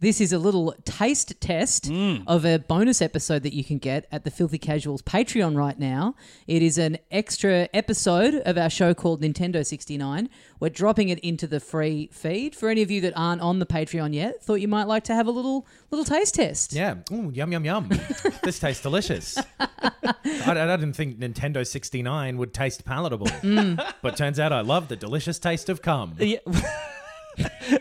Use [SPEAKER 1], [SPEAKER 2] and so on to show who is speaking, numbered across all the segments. [SPEAKER 1] This is a little taste test of a bonus episode that you can get at the Filthy Casuals Patreon right now. It is an extra episode of our show called Nintendo 69. We're dropping it into the free feed for any of you that aren't on the Patreon yet. Thought you might like to have a little little taste test.
[SPEAKER 2] Yeah. Ooh, yum, yum, yum. this tastes delicious. I, I didn't think Nintendo 69 would taste palatable,
[SPEAKER 1] Mm.
[SPEAKER 2] but turns out I love the delicious taste of cum.
[SPEAKER 3] Yeah.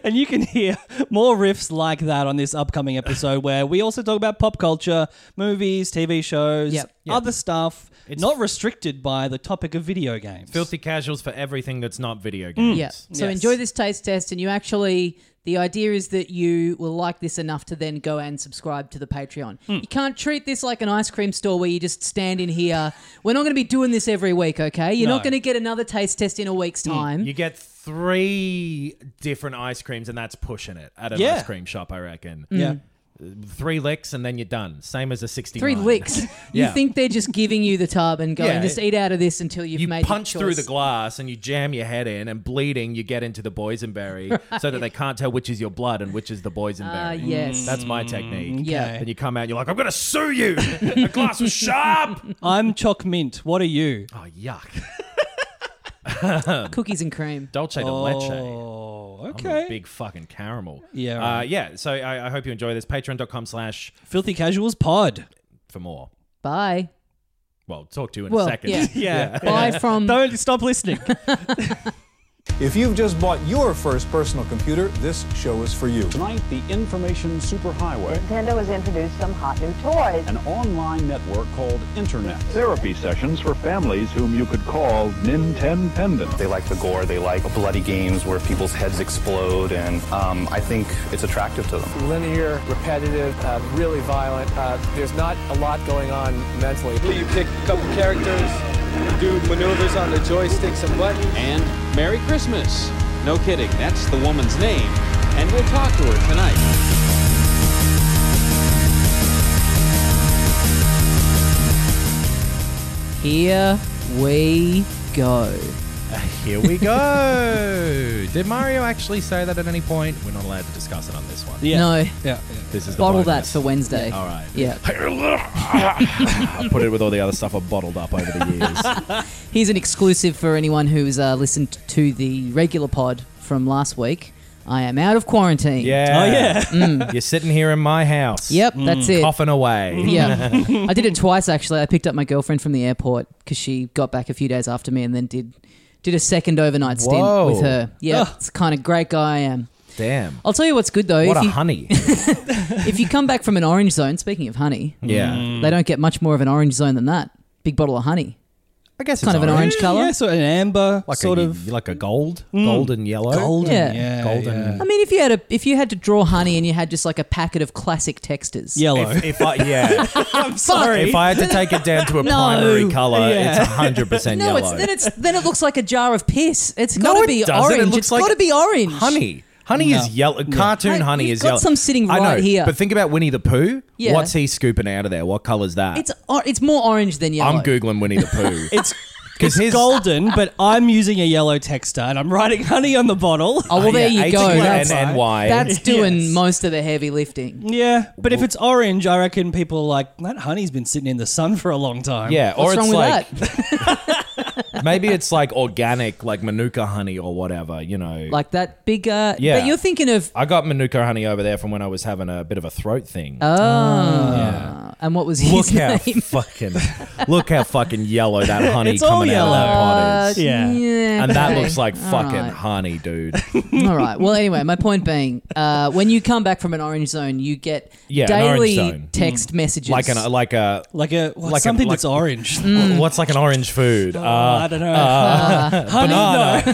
[SPEAKER 3] and you can hear more riffs like that on this upcoming episode where we also talk about pop culture, movies, TV shows,
[SPEAKER 1] Yep.
[SPEAKER 2] Yep.
[SPEAKER 3] other stuff,
[SPEAKER 2] It's-
[SPEAKER 3] not restricted by the topic of video games.
[SPEAKER 2] Filthy casuals for everything that's not video games.
[SPEAKER 1] Yeah. So
[SPEAKER 3] Yes.
[SPEAKER 1] enjoy this taste test, and you actually, the idea is that you will like this enough to then go and subscribe to the Patreon.
[SPEAKER 2] Hmm.
[SPEAKER 1] You can't treat this like an ice cream store where you just stand in here. We're not going to be doing this every week, okay? You're not
[SPEAKER 3] No.
[SPEAKER 1] going to get another taste test in a week's time.
[SPEAKER 2] Hmm. You get three different ice creams, and that's pushing it at an
[SPEAKER 3] Yeah.
[SPEAKER 2] ice cream shop, I reckon.
[SPEAKER 1] Mm.
[SPEAKER 3] Yeah.
[SPEAKER 2] Three licks, and then you're done. Same as a 69.
[SPEAKER 1] Three licks. You
[SPEAKER 2] Yeah.
[SPEAKER 1] think they're just giving you the tub and going,
[SPEAKER 2] Yeah.
[SPEAKER 1] just eat out of this until you've
[SPEAKER 2] You
[SPEAKER 1] made your
[SPEAKER 2] punch through
[SPEAKER 1] choice."
[SPEAKER 2] the glass and you jam your head in, and bleeding, you get into the boysenberry so that they can't tell which is your blood and which is the boysenberry.
[SPEAKER 1] Ah, yes.
[SPEAKER 2] Mm. That's my technique.
[SPEAKER 1] Yeah.
[SPEAKER 2] And you come out, you're like, I'm going to sue you. the glass was sharp.
[SPEAKER 3] I'm Choc Mint. What are you?
[SPEAKER 2] Oh, yuck.
[SPEAKER 1] Cookies and cream.
[SPEAKER 2] Dolce de leche.
[SPEAKER 3] Oh,
[SPEAKER 2] I'm a
[SPEAKER 3] okay.
[SPEAKER 2] big fucking caramel.
[SPEAKER 3] Yeah,
[SPEAKER 2] Uh,
[SPEAKER 3] right.
[SPEAKER 2] yeah. So I, I hope you enjoy this. Patreon.com slash
[SPEAKER 3] Filthy Casuals Pod.
[SPEAKER 2] for more.
[SPEAKER 1] Bye.
[SPEAKER 2] Well, talk to you in
[SPEAKER 1] Well,
[SPEAKER 2] a second.
[SPEAKER 1] yeah.
[SPEAKER 3] Yeah.
[SPEAKER 1] Bye from.
[SPEAKER 3] Don't stop listening.
[SPEAKER 4] If you've just bought your first personal computer, this show is for you.
[SPEAKER 5] Tonight, the information superhighway,
[SPEAKER 6] Nintendo has introduced some hot new toys.
[SPEAKER 5] an online network called Internet. Therapy sessions for families whom you could call Nintendependent.
[SPEAKER 7] They like the gore. They like bloody games where people's heads explode, and um, I think it's attractive to them.
[SPEAKER 8] linear, repetitive, uh, really violent. Uh, there's not a lot going on mentally. You pick a couple characters, do maneuvers on the joysticks and buttons.
[SPEAKER 9] and Merry Christmas. No kidding, that's the woman's name. And we'll talk to her tonight.
[SPEAKER 1] Here we go.
[SPEAKER 2] Here we go. Did Mario actually say that at any point? We're not allowed to discuss it on this one.
[SPEAKER 3] Yeah.
[SPEAKER 1] No.
[SPEAKER 3] Yeah.
[SPEAKER 2] This is the
[SPEAKER 1] Bottle that
[SPEAKER 2] bonus.
[SPEAKER 1] for Wednesday.
[SPEAKER 2] All right.
[SPEAKER 1] Yeah.
[SPEAKER 2] I put it with all the other stuff I've bottled up over the
[SPEAKER 1] Oh,
[SPEAKER 2] years.
[SPEAKER 1] Here's an exclusive for anyone who's uh, listened to the regular pod from last week. I am out of quarantine.
[SPEAKER 2] yeah.
[SPEAKER 3] Oh, yeah.
[SPEAKER 2] You're sitting here in my house.
[SPEAKER 1] Mm. Yep, Mm-hmm. that's it.
[SPEAKER 2] Coughing away.
[SPEAKER 1] Yeah. I did it twice actually. I picked up my girlfriend from the airport because she got back a few days after me and then did did a second overnight stint
[SPEAKER 2] Whoa.
[SPEAKER 1] with her. Yeah. It's the kind of great guy I am.
[SPEAKER 2] Damn.
[SPEAKER 1] I'll tell you what's good though.
[SPEAKER 2] What
[SPEAKER 1] if,
[SPEAKER 2] a
[SPEAKER 1] you,
[SPEAKER 2] honey.
[SPEAKER 1] if you come back from an orange zone, speaking of honey,
[SPEAKER 3] Mm.
[SPEAKER 2] yeah. Mm.
[SPEAKER 1] they don't get much more of an orange zone than that. Big bottle of honey.
[SPEAKER 2] I guess
[SPEAKER 1] Kind
[SPEAKER 2] it's
[SPEAKER 1] of an
[SPEAKER 2] orange.
[SPEAKER 1] orange colour.
[SPEAKER 3] Yeah, so an amber
[SPEAKER 2] like
[SPEAKER 3] sort
[SPEAKER 2] a,
[SPEAKER 3] of.
[SPEAKER 2] like a gold, golden yellow,
[SPEAKER 3] Mm. Golden.
[SPEAKER 1] Yeah.
[SPEAKER 3] Yeah.
[SPEAKER 2] golden.
[SPEAKER 3] yeah.
[SPEAKER 1] I mean, if you had a if you had to draw honey and you had just like a packet of classic textures.
[SPEAKER 3] Yellow.
[SPEAKER 2] If, if I yeah,
[SPEAKER 3] I'm sorry.
[SPEAKER 2] if I had to take it down to a primary color,
[SPEAKER 3] Yeah.
[SPEAKER 2] it's hundred percent
[SPEAKER 1] No,
[SPEAKER 2] yellow.
[SPEAKER 1] it's then it's then it looks like a jar of piss. It's
[SPEAKER 2] No,
[SPEAKER 1] got to
[SPEAKER 2] it
[SPEAKER 1] be
[SPEAKER 2] doesn't. It
[SPEAKER 1] orange.
[SPEAKER 2] looks
[SPEAKER 1] it's
[SPEAKER 2] like
[SPEAKER 1] got to be orange.
[SPEAKER 2] honey. Honey is yellow. Cartoon
[SPEAKER 1] Hey,
[SPEAKER 2] honey
[SPEAKER 1] you've
[SPEAKER 2] is
[SPEAKER 1] got
[SPEAKER 2] yellow.
[SPEAKER 1] some sitting
[SPEAKER 2] I know,
[SPEAKER 1] right here.
[SPEAKER 2] But think about Winnie the Pooh.
[SPEAKER 1] Yeah.
[SPEAKER 2] What's he scooping out of there? What color's that?
[SPEAKER 1] It's or, it's more orange than yellow.
[SPEAKER 2] I'm googling Winnie the Pooh.
[SPEAKER 3] It's
[SPEAKER 2] Because his
[SPEAKER 3] golden, but I'm using a yellow texture and I'm writing honey on the bottle.
[SPEAKER 1] Oh well, there
[SPEAKER 2] yeah,
[SPEAKER 1] you go. That's,
[SPEAKER 2] H-E-N-N-Y.
[SPEAKER 1] that's doing
[SPEAKER 3] Yes.
[SPEAKER 1] most of the heavy lifting.
[SPEAKER 3] Yeah, but if it's orange, I reckon people are like, that honey's been sitting in the sun for a long time.
[SPEAKER 2] yeah, or
[SPEAKER 1] What's
[SPEAKER 2] it's
[SPEAKER 1] wrong with
[SPEAKER 2] like
[SPEAKER 1] that?
[SPEAKER 2] maybe it's like organic, like Manuka honey or whatever. You know,
[SPEAKER 1] Like that big. Uh,
[SPEAKER 2] Yeah.
[SPEAKER 1] But you're thinking of
[SPEAKER 2] I got Manuka honey over there from when I was having a bit of a throat thing.
[SPEAKER 1] oh,
[SPEAKER 2] Yeah.
[SPEAKER 1] And what was his
[SPEAKER 2] Look how
[SPEAKER 1] name?
[SPEAKER 2] fucking look how fucking yellow that honey
[SPEAKER 1] It's all
[SPEAKER 2] coming out of that pot
[SPEAKER 1] yellow.
[SPEAKER 2] is.
[SPEAKER 1] Uh, Yeah. yeah,
[SPEAKER 2] and that
[SPEAKER 1] okay.
[SPEAKER 2] looks like
[SPEAKER 1] All
[SPEAKER 2] fucking
[SPEAKER 1] right.
[SPEAKER 2] honey, dude.
[SPEAKER 1] All right. Well, anyway, my point being, uh, when you come back from an orange zone, you get
[SPEAKER 2] Yeah, an orange
[SPEAKER 1] daily
[SPEAKER 2] zone. Mm.
[SPEAKER 1] text messages.
[SPEAKER 2] Like an like a
[SPEAKER 3] like a
[SPEAKER 1] what, something that's
[SPEAKER 3] orange.
[SPEAKER 1] Mm.
[SPEAKER 3] Oh,
[SPEAKER 2] What's like an orange food? uh, I
[SPEAKER 3] don't know.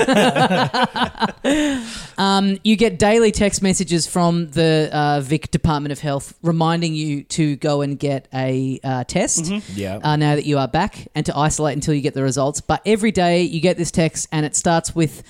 [SPEAKER 1] honey,
[SPEAKER 2] banana.
[SPEAKER 1] um, you get daily text messages from the uh, Vic Department of Health reminding you to go and get a uh, test.
[SPEAKER 2] Yeah.
[SPEAKER 1] Uh, now that you are back, and to isolate until you get the results. But every day you get this text, and it starts with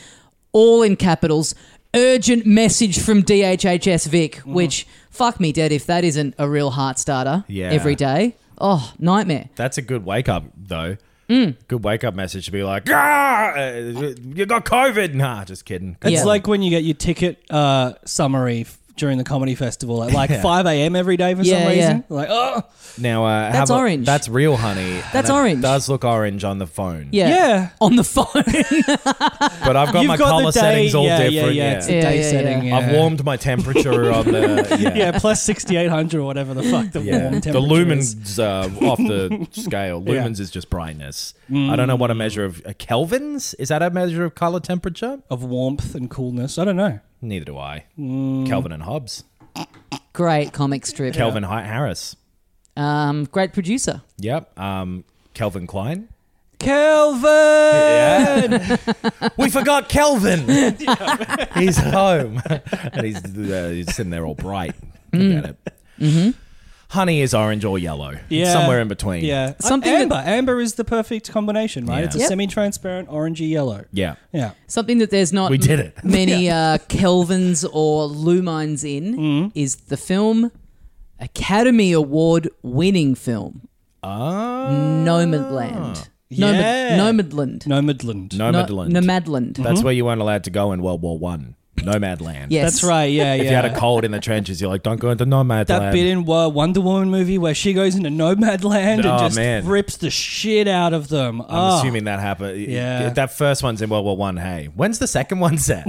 [SPEAKER 1] all in capitals. Urgent message from DHHS Vic, which fuck me dead if that isn't a real heart starter
[SPEAKER 2] Yeah.
[SPEAKER 1] every day. Oh, nightmare.
[SPEAKER 2] That's a good wake up though.
[SPEAKER 1] Mm.
[SPEAKER 2] Good wake up message to be like, ah, uh, you got COVID. Nah, just kidding. Good
[SPEAKER 3] It's
[SPEAKER 2] morning.
[SPEAKER 3] like when you get your ticket uh, summary f- during the comedy festival at like
[SPEAKER 2] Yeah.
[SPEAKER 3] 5 a.m. every day for
[SPEAKER 1] Yeah,
[SPEAKER 3] some
[SPEAKER 1] yeah.
[SPEAKER 3] reason. Like, oh,
[SPEAKER 2] now. Uh,
[SPEAKER 1] That's
[SPEAKER 2] have a-
[SPEAKER 1] orange.
[SPEAKER 2] that's real honey. and
[SPEAKER 1] That's
[SPEAKER 2] it
[SPEAKER 1] orange.
[SPEAKER 2] Does look orange on the phone.
[SPEAKER 1] Yeah.
[SPEAKER 3] yeah.
[SPEAKER 1] On the phone.
[SPEAKER 2] But I've got
[SPEAKER 3] You've
[SPEAKER 2] my
[SPEAKER 3] got the
[SPEAKER 2] color
[SPEAKER 3] day-
[SPEAKER 2] settings all
[SPEAKER 3] yeah, yeah,
[SPEAKER 2] different.
[SPEAKER 3] yeah, it's the
[SPEAKER 1] Yeah,
[SPEAKER 3] day
[SPEAKER 1] yeah,
[SPEAKER 3] setting.
[SPEAKER 1] yeah.
[SPEAKER 3] Yeah.
[SPEAKER 2] I've warmed my temperature on the yeah.
[SPEAKER 3] Yeah, plus 6,800 or whatever the fuck the
[SPEAKER 2] Yeah.
[SPEAKER 3] warm temperature
[SPEAKER 2] the
[SPEAKER 3] is.
[SPEAKER 2] lumens uh, off the scale.
[SPEAKER 3] Yeah. Mm.
[SPEAKER 2] Lumens is just brightness. I don't know what a measure of uh, kelvins is. That a measure of color temperature?
[SPEAKER 3] Of warmth and coolness. I don't know.
[SPEAKER 2] Neither do I.
[SPEAKER 3] Mm.
[SPEAKER 2] Kelvin and Hobbes.
[SPEAKER 1] Great comic strip.
[SPEAKER 2] Kelvin Hi- Harris.
[SPEAKER 1] Um, great producer.
[SPEAKER 2] Yep. Um, Kelvin Klein.
[SPEAKER 3] Kelvin!
[SPEAKER 2] Yeah. we forgot Kelvin. he's home, and he's, uh, he's sitting there all bright. Look
[SPEAKER 3] Mm.
[SPEAKER 2] at it. Honey is orange or yellow. It's
[SPEAKER 3] Mm-hmm. Yeah.
[SPEAKER 2] somewhere in between.
[SPEAKER 3] Yeah.
[SPEAKER 1] Something
[SPEAKER 3] Something
[SPEAKER 1] that-
[SPEAKER 3] Uh, amber. amber is the perfect combination, right?
[SPEAKER 2] Yeah.
[SPEAKER 3] It's a
[SPEAKER 1] Yep.
[SPEAKER 3] semi transparent orangey yellow.
[SPEAKER 2] yeah.
[SPEAKER 3] Yeah.
[SPEAKER 1] Something that there's not
[SPEAKER 2] We did it.
[SPEAKER 1] many uh, Kelvins or Lumines in
[SPEAKER 2] Mm-hmm.
[SPEAKER 1] is the film Academy Award winning film
[SPEAKER 2] Ah.
[SPEAKER 1] Nomadland.
[SPEAKER 3] Yeah.
[SPEAKER 1] Nomad- Nomadland.
[SPEAKER 3] Nomadland.
[SPEAKER 1] No-
[SPEAKER 2] Nomadland.
[SPEAKER 1] Nomadland.
[SPEAKER 2] That's where you weren't allowed to go in World War One. Nomad land.
[SPEAKER 1] Yes.
[SPEAKER 3] That's right. Yeah, yeah.
[SPEAKER 2] If you had a cold in the trenches, you're like, don't go into nomad
[SPEAKER 3] that
[SPEAKER 2] land.
[SPEAKER 3] bit in uh, Wonder Woman movie where she goes into Nomad Land
[SPEAKER 2] Oh,
[SPEAKER 3] and just
[SPEAKER 2] man.
[SPEAKER 3] rips the shit out of them.
[SPEAKER 2] I'm
[SPEAKER 3] Oh.
[SPEAKER 2] assuming that happened.
[SPEAKER 3] Yeah.
[SPEAKER 2] That first one's in World War One. Hey, when's the second one set?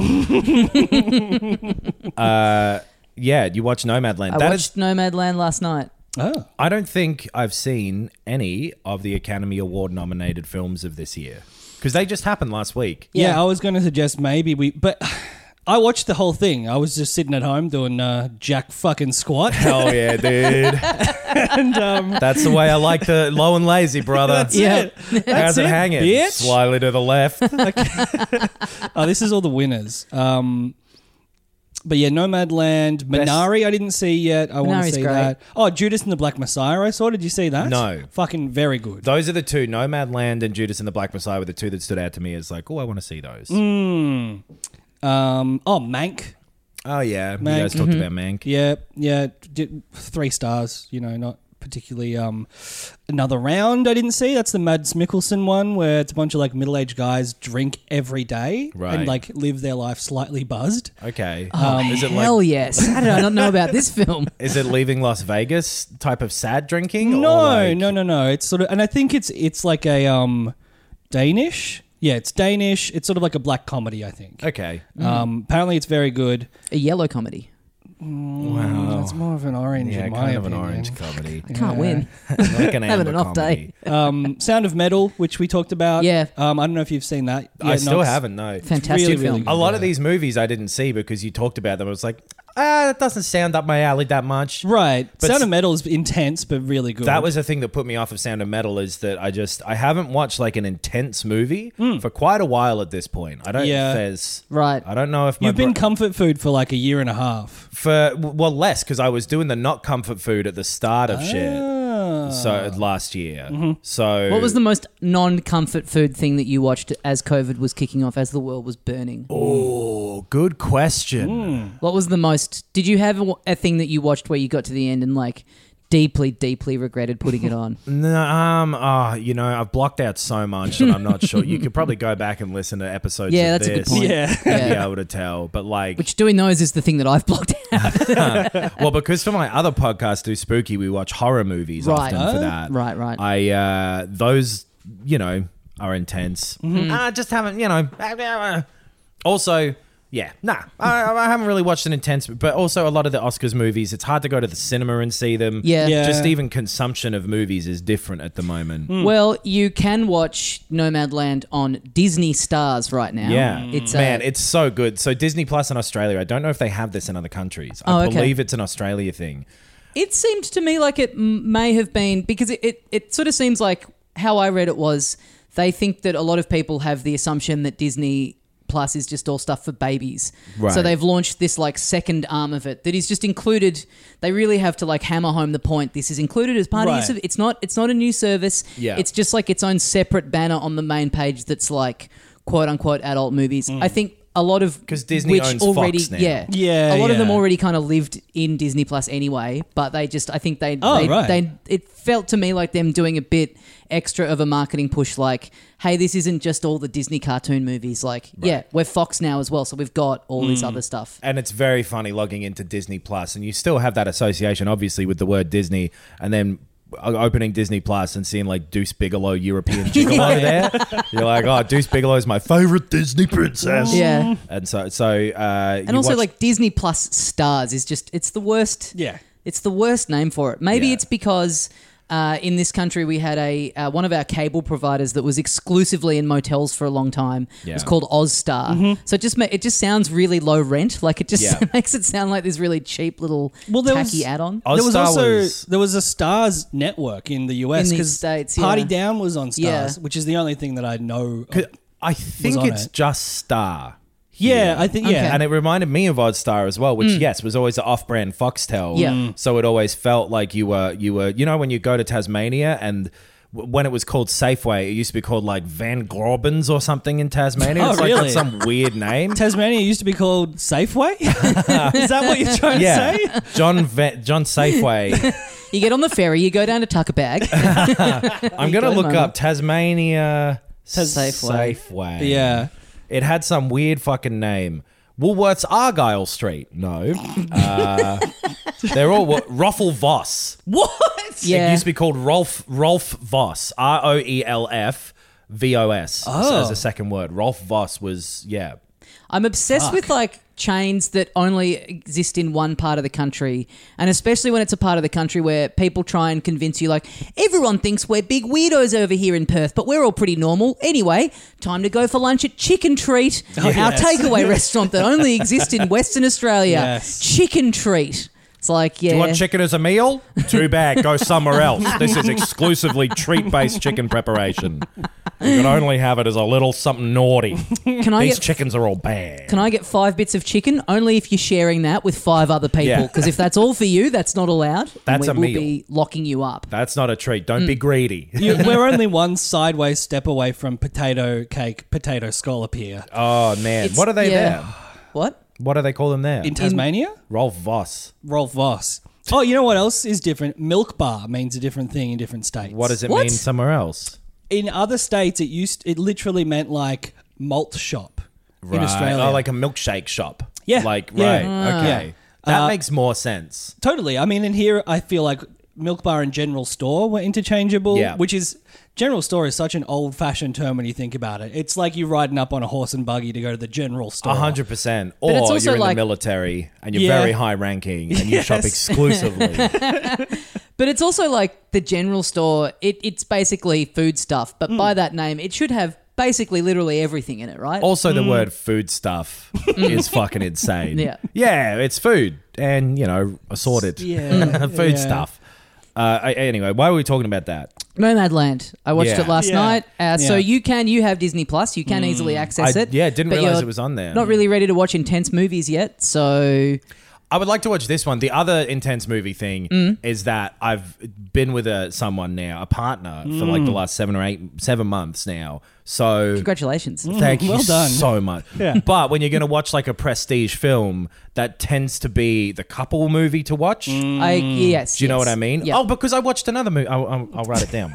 [SPEAKER 2] uh, yeah, you watch Nomadland.
[SPEAKER 1] I
[SPEAKER 2] That is
[SPEAKER 1] watched Nomadland last night.
[SPEAKER 3] Oh.
[SPEAKER 2] I don't think I've seen any of the Academy Award nominated films of this year because they just happened last week.
[SPEAKER 3] Yeah,
[SPEAKER 1] Yeah.
[SPEAKER 3] I was going to suggest maybe we, but I watched the whole thing. I was just sitting at home doing uh, jack fucking squat.
[SPEAKER 2] Hell Oh, yeah, dude!
[SPEAKER 3] and um,
[SPEAKER 2] That's the way I like the low and lazy, brother. That's
[SPEAKER 1] Yeah.
[SPEAKER 2] How's it,
[SPEAKER 3] it,
[SPEAKER 2] hanging?
[SPEAKER 3] bitch.
[SPEAKER 2] Slightly to the left.
[SPEAKER 3] oh, this is all the winners. Um, but yeah, Nomadland, Minari, I didn't see yet. I want to
[SPEAKER 1] Minari's
[SPEAKER 3] see
[SPEAKER 1] great.
[SPEAKER 3] that. Oh, Judas and the Black Messiah, I saw. Did you see that?
[SPEAKER 2] No.
[SPEAKER 3] Fucking very good.
[SPEAKER 2] Those are the two, Nomadland and Judas and the Black Messiah, were the two that stood out to me as like, oh, I want to see those.
[SPEAKER 3] Mm. Um, oh, Mank.
[SPEAKER 2] Oh yeah,
[SPEAKER 3] Mank.
[SPEAKER 2] you guys talked about Mank.
[SPEAKER 3] Yeah, yeah. Did, three stars, you know, not particularly um another round I didn't see. That's the Mads Mikkelsen one where it's a bunch of like middle aged guys drink every day
[SPEAKER 2] Right.
[SPEAKER 3] and like live their life slightly buzzed.
[SPEAKER 2] Okay,
[SPEAKER 3] Oh,
[SPEAKER 2] Um,
[SPEAKER 1] is Hell yes. How did I not know about this film?
[SPEAKER 2] is it leaving Las Vegas type of sad drinking?
[SPEAKER 3] No,
[SPEAKER 2] or like-
[SPEAKER 3] no, no, no. It's sort of and I think it's it's like a um Danish. Yeah, it's Danish. It's sort of like a black comedy, I think.
[SPEAKER 2] Okay,
[SPEAKER 1] Mm.
[SPEAKER 3] Um apparently it's very good.
[SPEAKER 1] A yellow comedy.
[SPEAKER 2] wow.
[SPEAKER 3] It's Mm, more of an orange
[SPEAKER 2] Yeah,
[SPEAKER 3] in my
[SPEAKER 2] kind of an
[SPEAKER 3] opinion.
[SPEAKER 2] orange comedy.
[SPEAKER 1] Can't win.
[SPEAKER 2] like an
[SPEAKER 1] Having
[SPEAKER 2] amber
[SPEAKER 1] an off
[SPEAKER 2] comedy. Uh,
[SPEAKER 1] day.
[SPEAKER 3] Um Sound of Metal, which we talked about.
[SPEAKER 1] Yeah.
[SPEAKER 3] Um I don't know if you've seen that.
[SPEAKER 2] I
[SPEAKER 3] Yeah,
[SPEAKER 2] still
[SPEAKER 3] Knox.
[SPEAKER 2] haven't. No,
[SPEAKER 1] Fantastic
[SPEAKER 3] really,
[SPEAKER 1] film.
[SPEAKER 3] really
[SPEAKER 2] a lot of these movies I didn't see because you talked about them. I was like, ah, that doesn't sound up my alley that much.
[SPEAKER 3] Right.
[SPEAKER 2] But
[SPEAKER 3] Sound
[SPEAKER 2] s-
[SPEAKER 3] of Metal is intense, but really good.
[SPEAKER 2] That was the thing that put me off of Sound of Metal is that I just I haven't watched like an intense movie for quite a while at this point. I don't
[SPEAKER 3] Yeah.
[SPEAKER 2] there's
[SPEAKER 1] Right.
[SPEAKER 2] I don't know if my
[SPEAKER 3] You've been
[SPEAKER 2] bro-
[SPEAKER 3] comfort food for like a year and a half.
[SPEAKER 2] for well less because I was doing the not comfort food at the start of shit. So last year, so
[SPEAKER 1] What was the most non comfort food thing that you watched as COVID was kicking off, as the world was burning?
[SPEAKER 2] oh good question.
[SPEAKER 1] What was the most? Did you have a, a thing that you watched where you got to the end and like deeply, deeply regretted putting it on?
[SPEAKER 2] No, um, ah, you know, I've blocked out so much that I'm not sure. You could probably go back and listen to episodes.
[SPEAKER 1] Yeah,
[SPEAKER 2] of
[SPEAKER 1] that's a good
[SPEAKER 2] this
[SPEAKER 1] point.
[SPEAKER 3] Yeah.
[SPEAKER 2] and be able to tell. But like,
[SPEAKER 1] Which doing those is the thing that I've blocked out.
[SPEAKER 2] well, because for my other podcast, Do Spooky, we watch horror movies
[SPEAKER 1] Right.
[SPEAKER 2] often for
[SPEAKER 1] Oh.
[SPEAKER 2] that.
[SPEAKER 1] Right, right.
[SPEAKER 2] I uh, those,
[SPEAKER 1] Mm-hmm.
[SPEAKER 2] Uh, you know, are intense. I just haven't, you know. Also, Yeah, nah, I, I haven't really watched an intense, but also a lot of the Oscars movies, it's hard to go to the cinema and see them.
[SPEAKER 1] Yeah. Yeah.
[SPEAKER 2] Just even consumption of movies is different at the moment.
[SPEAKER 1] Well, you can watch Nomadland on Disney Stars right now.
[SPEAKER 2] Yeah,
[SPEAKER 1] it's
[SPEAKER 2] man,
[SPEAKER 1] uh,
[SPEAKER 2] it's so good. So Disney Plus in Australia, I don't know if they have this in other countries.
[SPEAKER 1] Oh,
[SPEAKER 2] I
[SPEAKER 1] okay.
[SPEAKER 2] believe it's an Australia thing.
[SPEAKER 1] It seemed to me like it m- may have been because it, it, it sort of seems like how I read it was they think that a lot of people have the assumption that Disney Plus is just all stuff for babies. So
[SPEAKER 10] Right.
[SPEAKER 1] they've launched this like second arm of it that is just included. They really have to like hammer home the point. This is included as part
[SPEAKER 10] Right.
[SPEAKER 1] of your service. It's not it's not a new service.
[SPEAKER 10] Yeah.
[SPEAKER 1] It's just like its own separate banner on the main page that's like quote unquote adult movies. I think a lot of because
[SPEAKER 2] Disney
[SPEAKER 1] which
[SPEAKER 2] owns Fox
[SPEAKER 1] already
[SPEAKER 2] now.
[SPEAKER 1] yeah
[SPEAKER 2] Yeah,
[SPEAKER 1] a lot of them
[SPEAKER 2] yeah.
[SPEAKER 1] already kind of lived in Disney Plus anyway, but they just I think they
[SPEAKER 2] Oh,
[SPEAKER 1] they,
[SPEAKER 2] right.
[SPEAKER 1] they it felt to me like them doing a bit extra of a marketing push like hey this isn't just all the Disney cartoon movies like yeah we're Fox now as well so we've got all this
[SPEAKER 2] Mm.
[SPEAKER 1] other stuff.
[SPEAKER 2] And it's very funny logging into Disney Plus, and you still have that association, obviously, with the word Disney, and then o- opening Disney Plus and seeing like Deuce Bigelow European Gigolo there. You're like, oh, Deuce Bigelow's my favorite Disney princess.
[SPEAKER 1] Yeah.
[SPEAKER 2] And so, so uh,
[SPEAKER 1] And also like Disney Plus Stars is just it's the worst
[SPEAKER 3] Yeah.
[SPEAKER 1] It's the worst name for it. Maybe it's because uh, in this country we had a uh, one of our cable providers that was exclusively in motels for a long time. It was
[SPEAKER 10] Yeah.
[SPEAKER 1] called OzStar.
[SPEAKER 10] Mhm.
[SPEAKER 3] Mm-hmm.
[SPEAKER 1] So it just ma- it just sounds really low rent. Like it just
[SPEAKER 10] Yeah.
[SPEAKER 1] makes it sound like this really cheap little tacky add-on.
[SPEAKER 3] There was Oh. also there was a Stars network in the US
[SPEAKER 1] In the
[SPEAKER 3] because
[SPEAKER 1] States, yeah.
[SPEAKER 3] Party Down was on Stars,
[SPEAKER 1] Yeah.
[SPEAKER 3] which is the only thing that I know.
[SPEAKER 2] I think it's just Star.
[SPEAKER 3] Yeah, I think yeah.
[SPEAKER 2] And it reminded me of Oddstar as well, which
[SPEAKER 3] Mm.
[SPEAKER 2] yes was always an off-brand Foxtel.
[SPEAKER 3] Yeah. Mm.
[SPEAKER 2] So it always felt like you were you were you know when you go to Tasmania and w- when it was called Safeway, it used to be called like Van Grobbins or something in Tasmania.
[SPEAKER 3] Oh,
[SPEAKER 2] it's like
[SPEAKER 3] really?
[SPEAKER 2] some weird name.
[SPEAKER 3] Tasmania used to be called Safeway. is that what you're trying
[SPEAKER 2] yeah.
[SPEAKER 3] to say?
[SPEAKER 2] John Van John Safeway.
[SPEAKER 1] you get on the ferry, you go down to Tuckerbag.
[SPEAKER 2] I'm gonna
[SPEAKER 1] go,
[SPEAKER 2] look
[SPEAKER 1] Mum.
[SPEAKER 2] up Tasmania
[SPEAKER 1] Tas- Safeway.
[SPEAKER 2] Safeway.
[SPEAKER 1] Yeah.
[SPEAKER 2] it had some weird fucking name. Woolworths Argyle Street. No, uh, they're all what, Roffle Voss.
[SPEAKER 1] What?
[SPEAKER 2] It used to be called Rolf Rolf Voss. R O E L F V O S.
[SPEAKER 1] Oh.
[SPEAKER 2] As a second word, Rolf Voss was yeah.
[SPEAKER 1] I'm obsessed
[SPEAKER 2] Fuck.
[SPEAKER 1] with like chains that only exist in one part of the country, and especially when it's a part of the country where people try and convince you, like, everyone thinks we're big weirdos over here in Perth, but we're all pretty normal. Anyway, time to go for lunch at Chicken Treat,
[SPEAKER 10] Oh,
[SPEAKER 1] our
[SPEAKER 10] yes.
[SPEAKER 1] takeaway restaurant that only exists in Western Australia.
[SPEAKER 2] Yes.
[SPEAKER 1] Chicken Treat. It's like, yeah.
[SPEAKER 2] Do you want chicken as a meal? Too bad. Go somewhere else. This is exclusively treat-based chicken preparation. You can only have it as a little something naughty.
[SPEAKER 1] Can I
[SPEAKER 2] These
[SPEAKER 1] get-
[SPEAKER 2] chickens are all bad.
[SPEAKER 1] Oh, Can I get five bits of chicken? Only if you're sharing that with five other people.
[SPEAKER 2] Yeah.
[SPEAKER 1] Because if that's all for you, that's not allowed. and
[SPEAKER 2] That's
[SPEAKER 1] we
[SPEAKER 2] a
[SPEAKER 1] will
[SPEAKER 2] meal.
[SPEAKER 1] be locking you up.
[SPEAKER 2] That's not a treat. Don't be greedy.
[SPEAKER 3] You, we're only one sideways step away from potato cake, potato scallop here.
[SPEAKER 2] Oh man,
[SPEAKER 3] It's-
[SPEAKER 2] what are they
[SPEAKER 3] yeah.
[SPEAKER 2] there?
[SPEAKER 1] What?
[SPEAKER 2] What do they call them there?
[SPEAKER 3] In Tasmania?
[SPEAKER 2] Rolf Voss.
[SPEAKER 3] Rolf Voss. Oh, you know what else is different? Milk bar means a different thing in different states.
[SPEAKER 2] What does it mean somewhere else?
[SPEAKER 3] In other states, it used it literally meant like malt shop in Australia.
[SPEAKER 2] Oh, like a milkshake shop.
[SPEAKER 3] Yeah.
[SPEAKER 2] Like
[SPEAKER 3] Yeah.
[SPEAKER 2] right.
[SPEAKER 3] Ah.
[SPEAKER 2] Okay.
[SPEAKER 3] Yeah.
[SPEAKER 2] That
[SPEAKER 3] Uh,
[SPEAKER 2] makes more sense.
[SPEAKER 3] Totally. I mean, in here, I feel like milk bar and general store were interchangeable,
[SPEAKER 2] Yeah.
[SPEAKER 3] which is general store is such an old fashioned term when you think about it. It's like you riding up on a horse and buggy to go to the general store.
[SPEAKER 2] A hundred percent.
[SPEAKER 3] But
[SPEAKER 2] Or
[SPEAKER 3] it's
[SPEAKER 2] you're
[SPEAKER 3] also
[SPEAKER 2] in
[SPEAKER 3] like-
[SPEAKER 2] the military and you're
[SPEAKER 3] Yeah.
[SPEAKER 2] very high ranking and you shop
[SPEAKER 3] Yes.
[SPEAKER 2] exclusively.
[SPEAKER 1] But it's also like the general store. It, it's basically food stuff,
[SPEAKER 2] Mm.
[SPEAKER 1] but by that name, it should have basically literally everything in it, right?
[SPEAKER 2] also
[SPEAKER 3] Mm.
[SPEAKER 2] the word food stuff is fucking insane.
[SPEAKER 1] Yeah.
[SPEAKER 2] Yeah, it's food and you know, assorted.
[SPEAKER 1] Yeah,
[SPEAKER 2] food
[SPEAKER 1] yeah.
[SPEAKER 2] stuff. Uh, I- anyway, why were we talking about that?
[SPEAKER 1] Nomadland. I watched
[SPEAKER 2] Yeah.
[SPEAKER 1] it last
[SPEAKER 2] Yeah.
[SPEAKER 1] night. Uh, So
[SPEAKER 2] Yeah. Mm.
[SPEAKER 1] you can you have Disney Plus. You can easily access
[SPEAKER 2] I-
[SPEAKER 1] it.
[SPEAKER 2] yeah, didn't
[SPEAKER 1] but
[SPEAKER 2] realize
[SPEAKER 1] you're
[SPEAKER 2] it was on there.
[SPEAKER 1] Not really ready to watch intense movies yet. So
[SPEAKER 2] I would like to watch this one. The other intense movie thing is that I've been with a someone now, a partner, for like the
[SPEAKER 1] Mm.
[SPEAKER 2] last seven or eight, seven months now. So
[SPEAKER 1] congratulations.
[SPEAKER 2] Thank you so much.
[SPEAKER 1] Yeah.
[SPEAKER 2] But when you're going to watch like a prestige film, that tends to be the couple movie to watch.
[SPEAKER 1] I- yes,
[SPEAKER 2] Do you know
[SPEAKER 1] yes.
[SPEAKER 2] what I mean?
[SPEAKER 1] Yeah.
[SPEAKER 2] Oh, because I watched another movie. I'll, I'll, I'll write it down.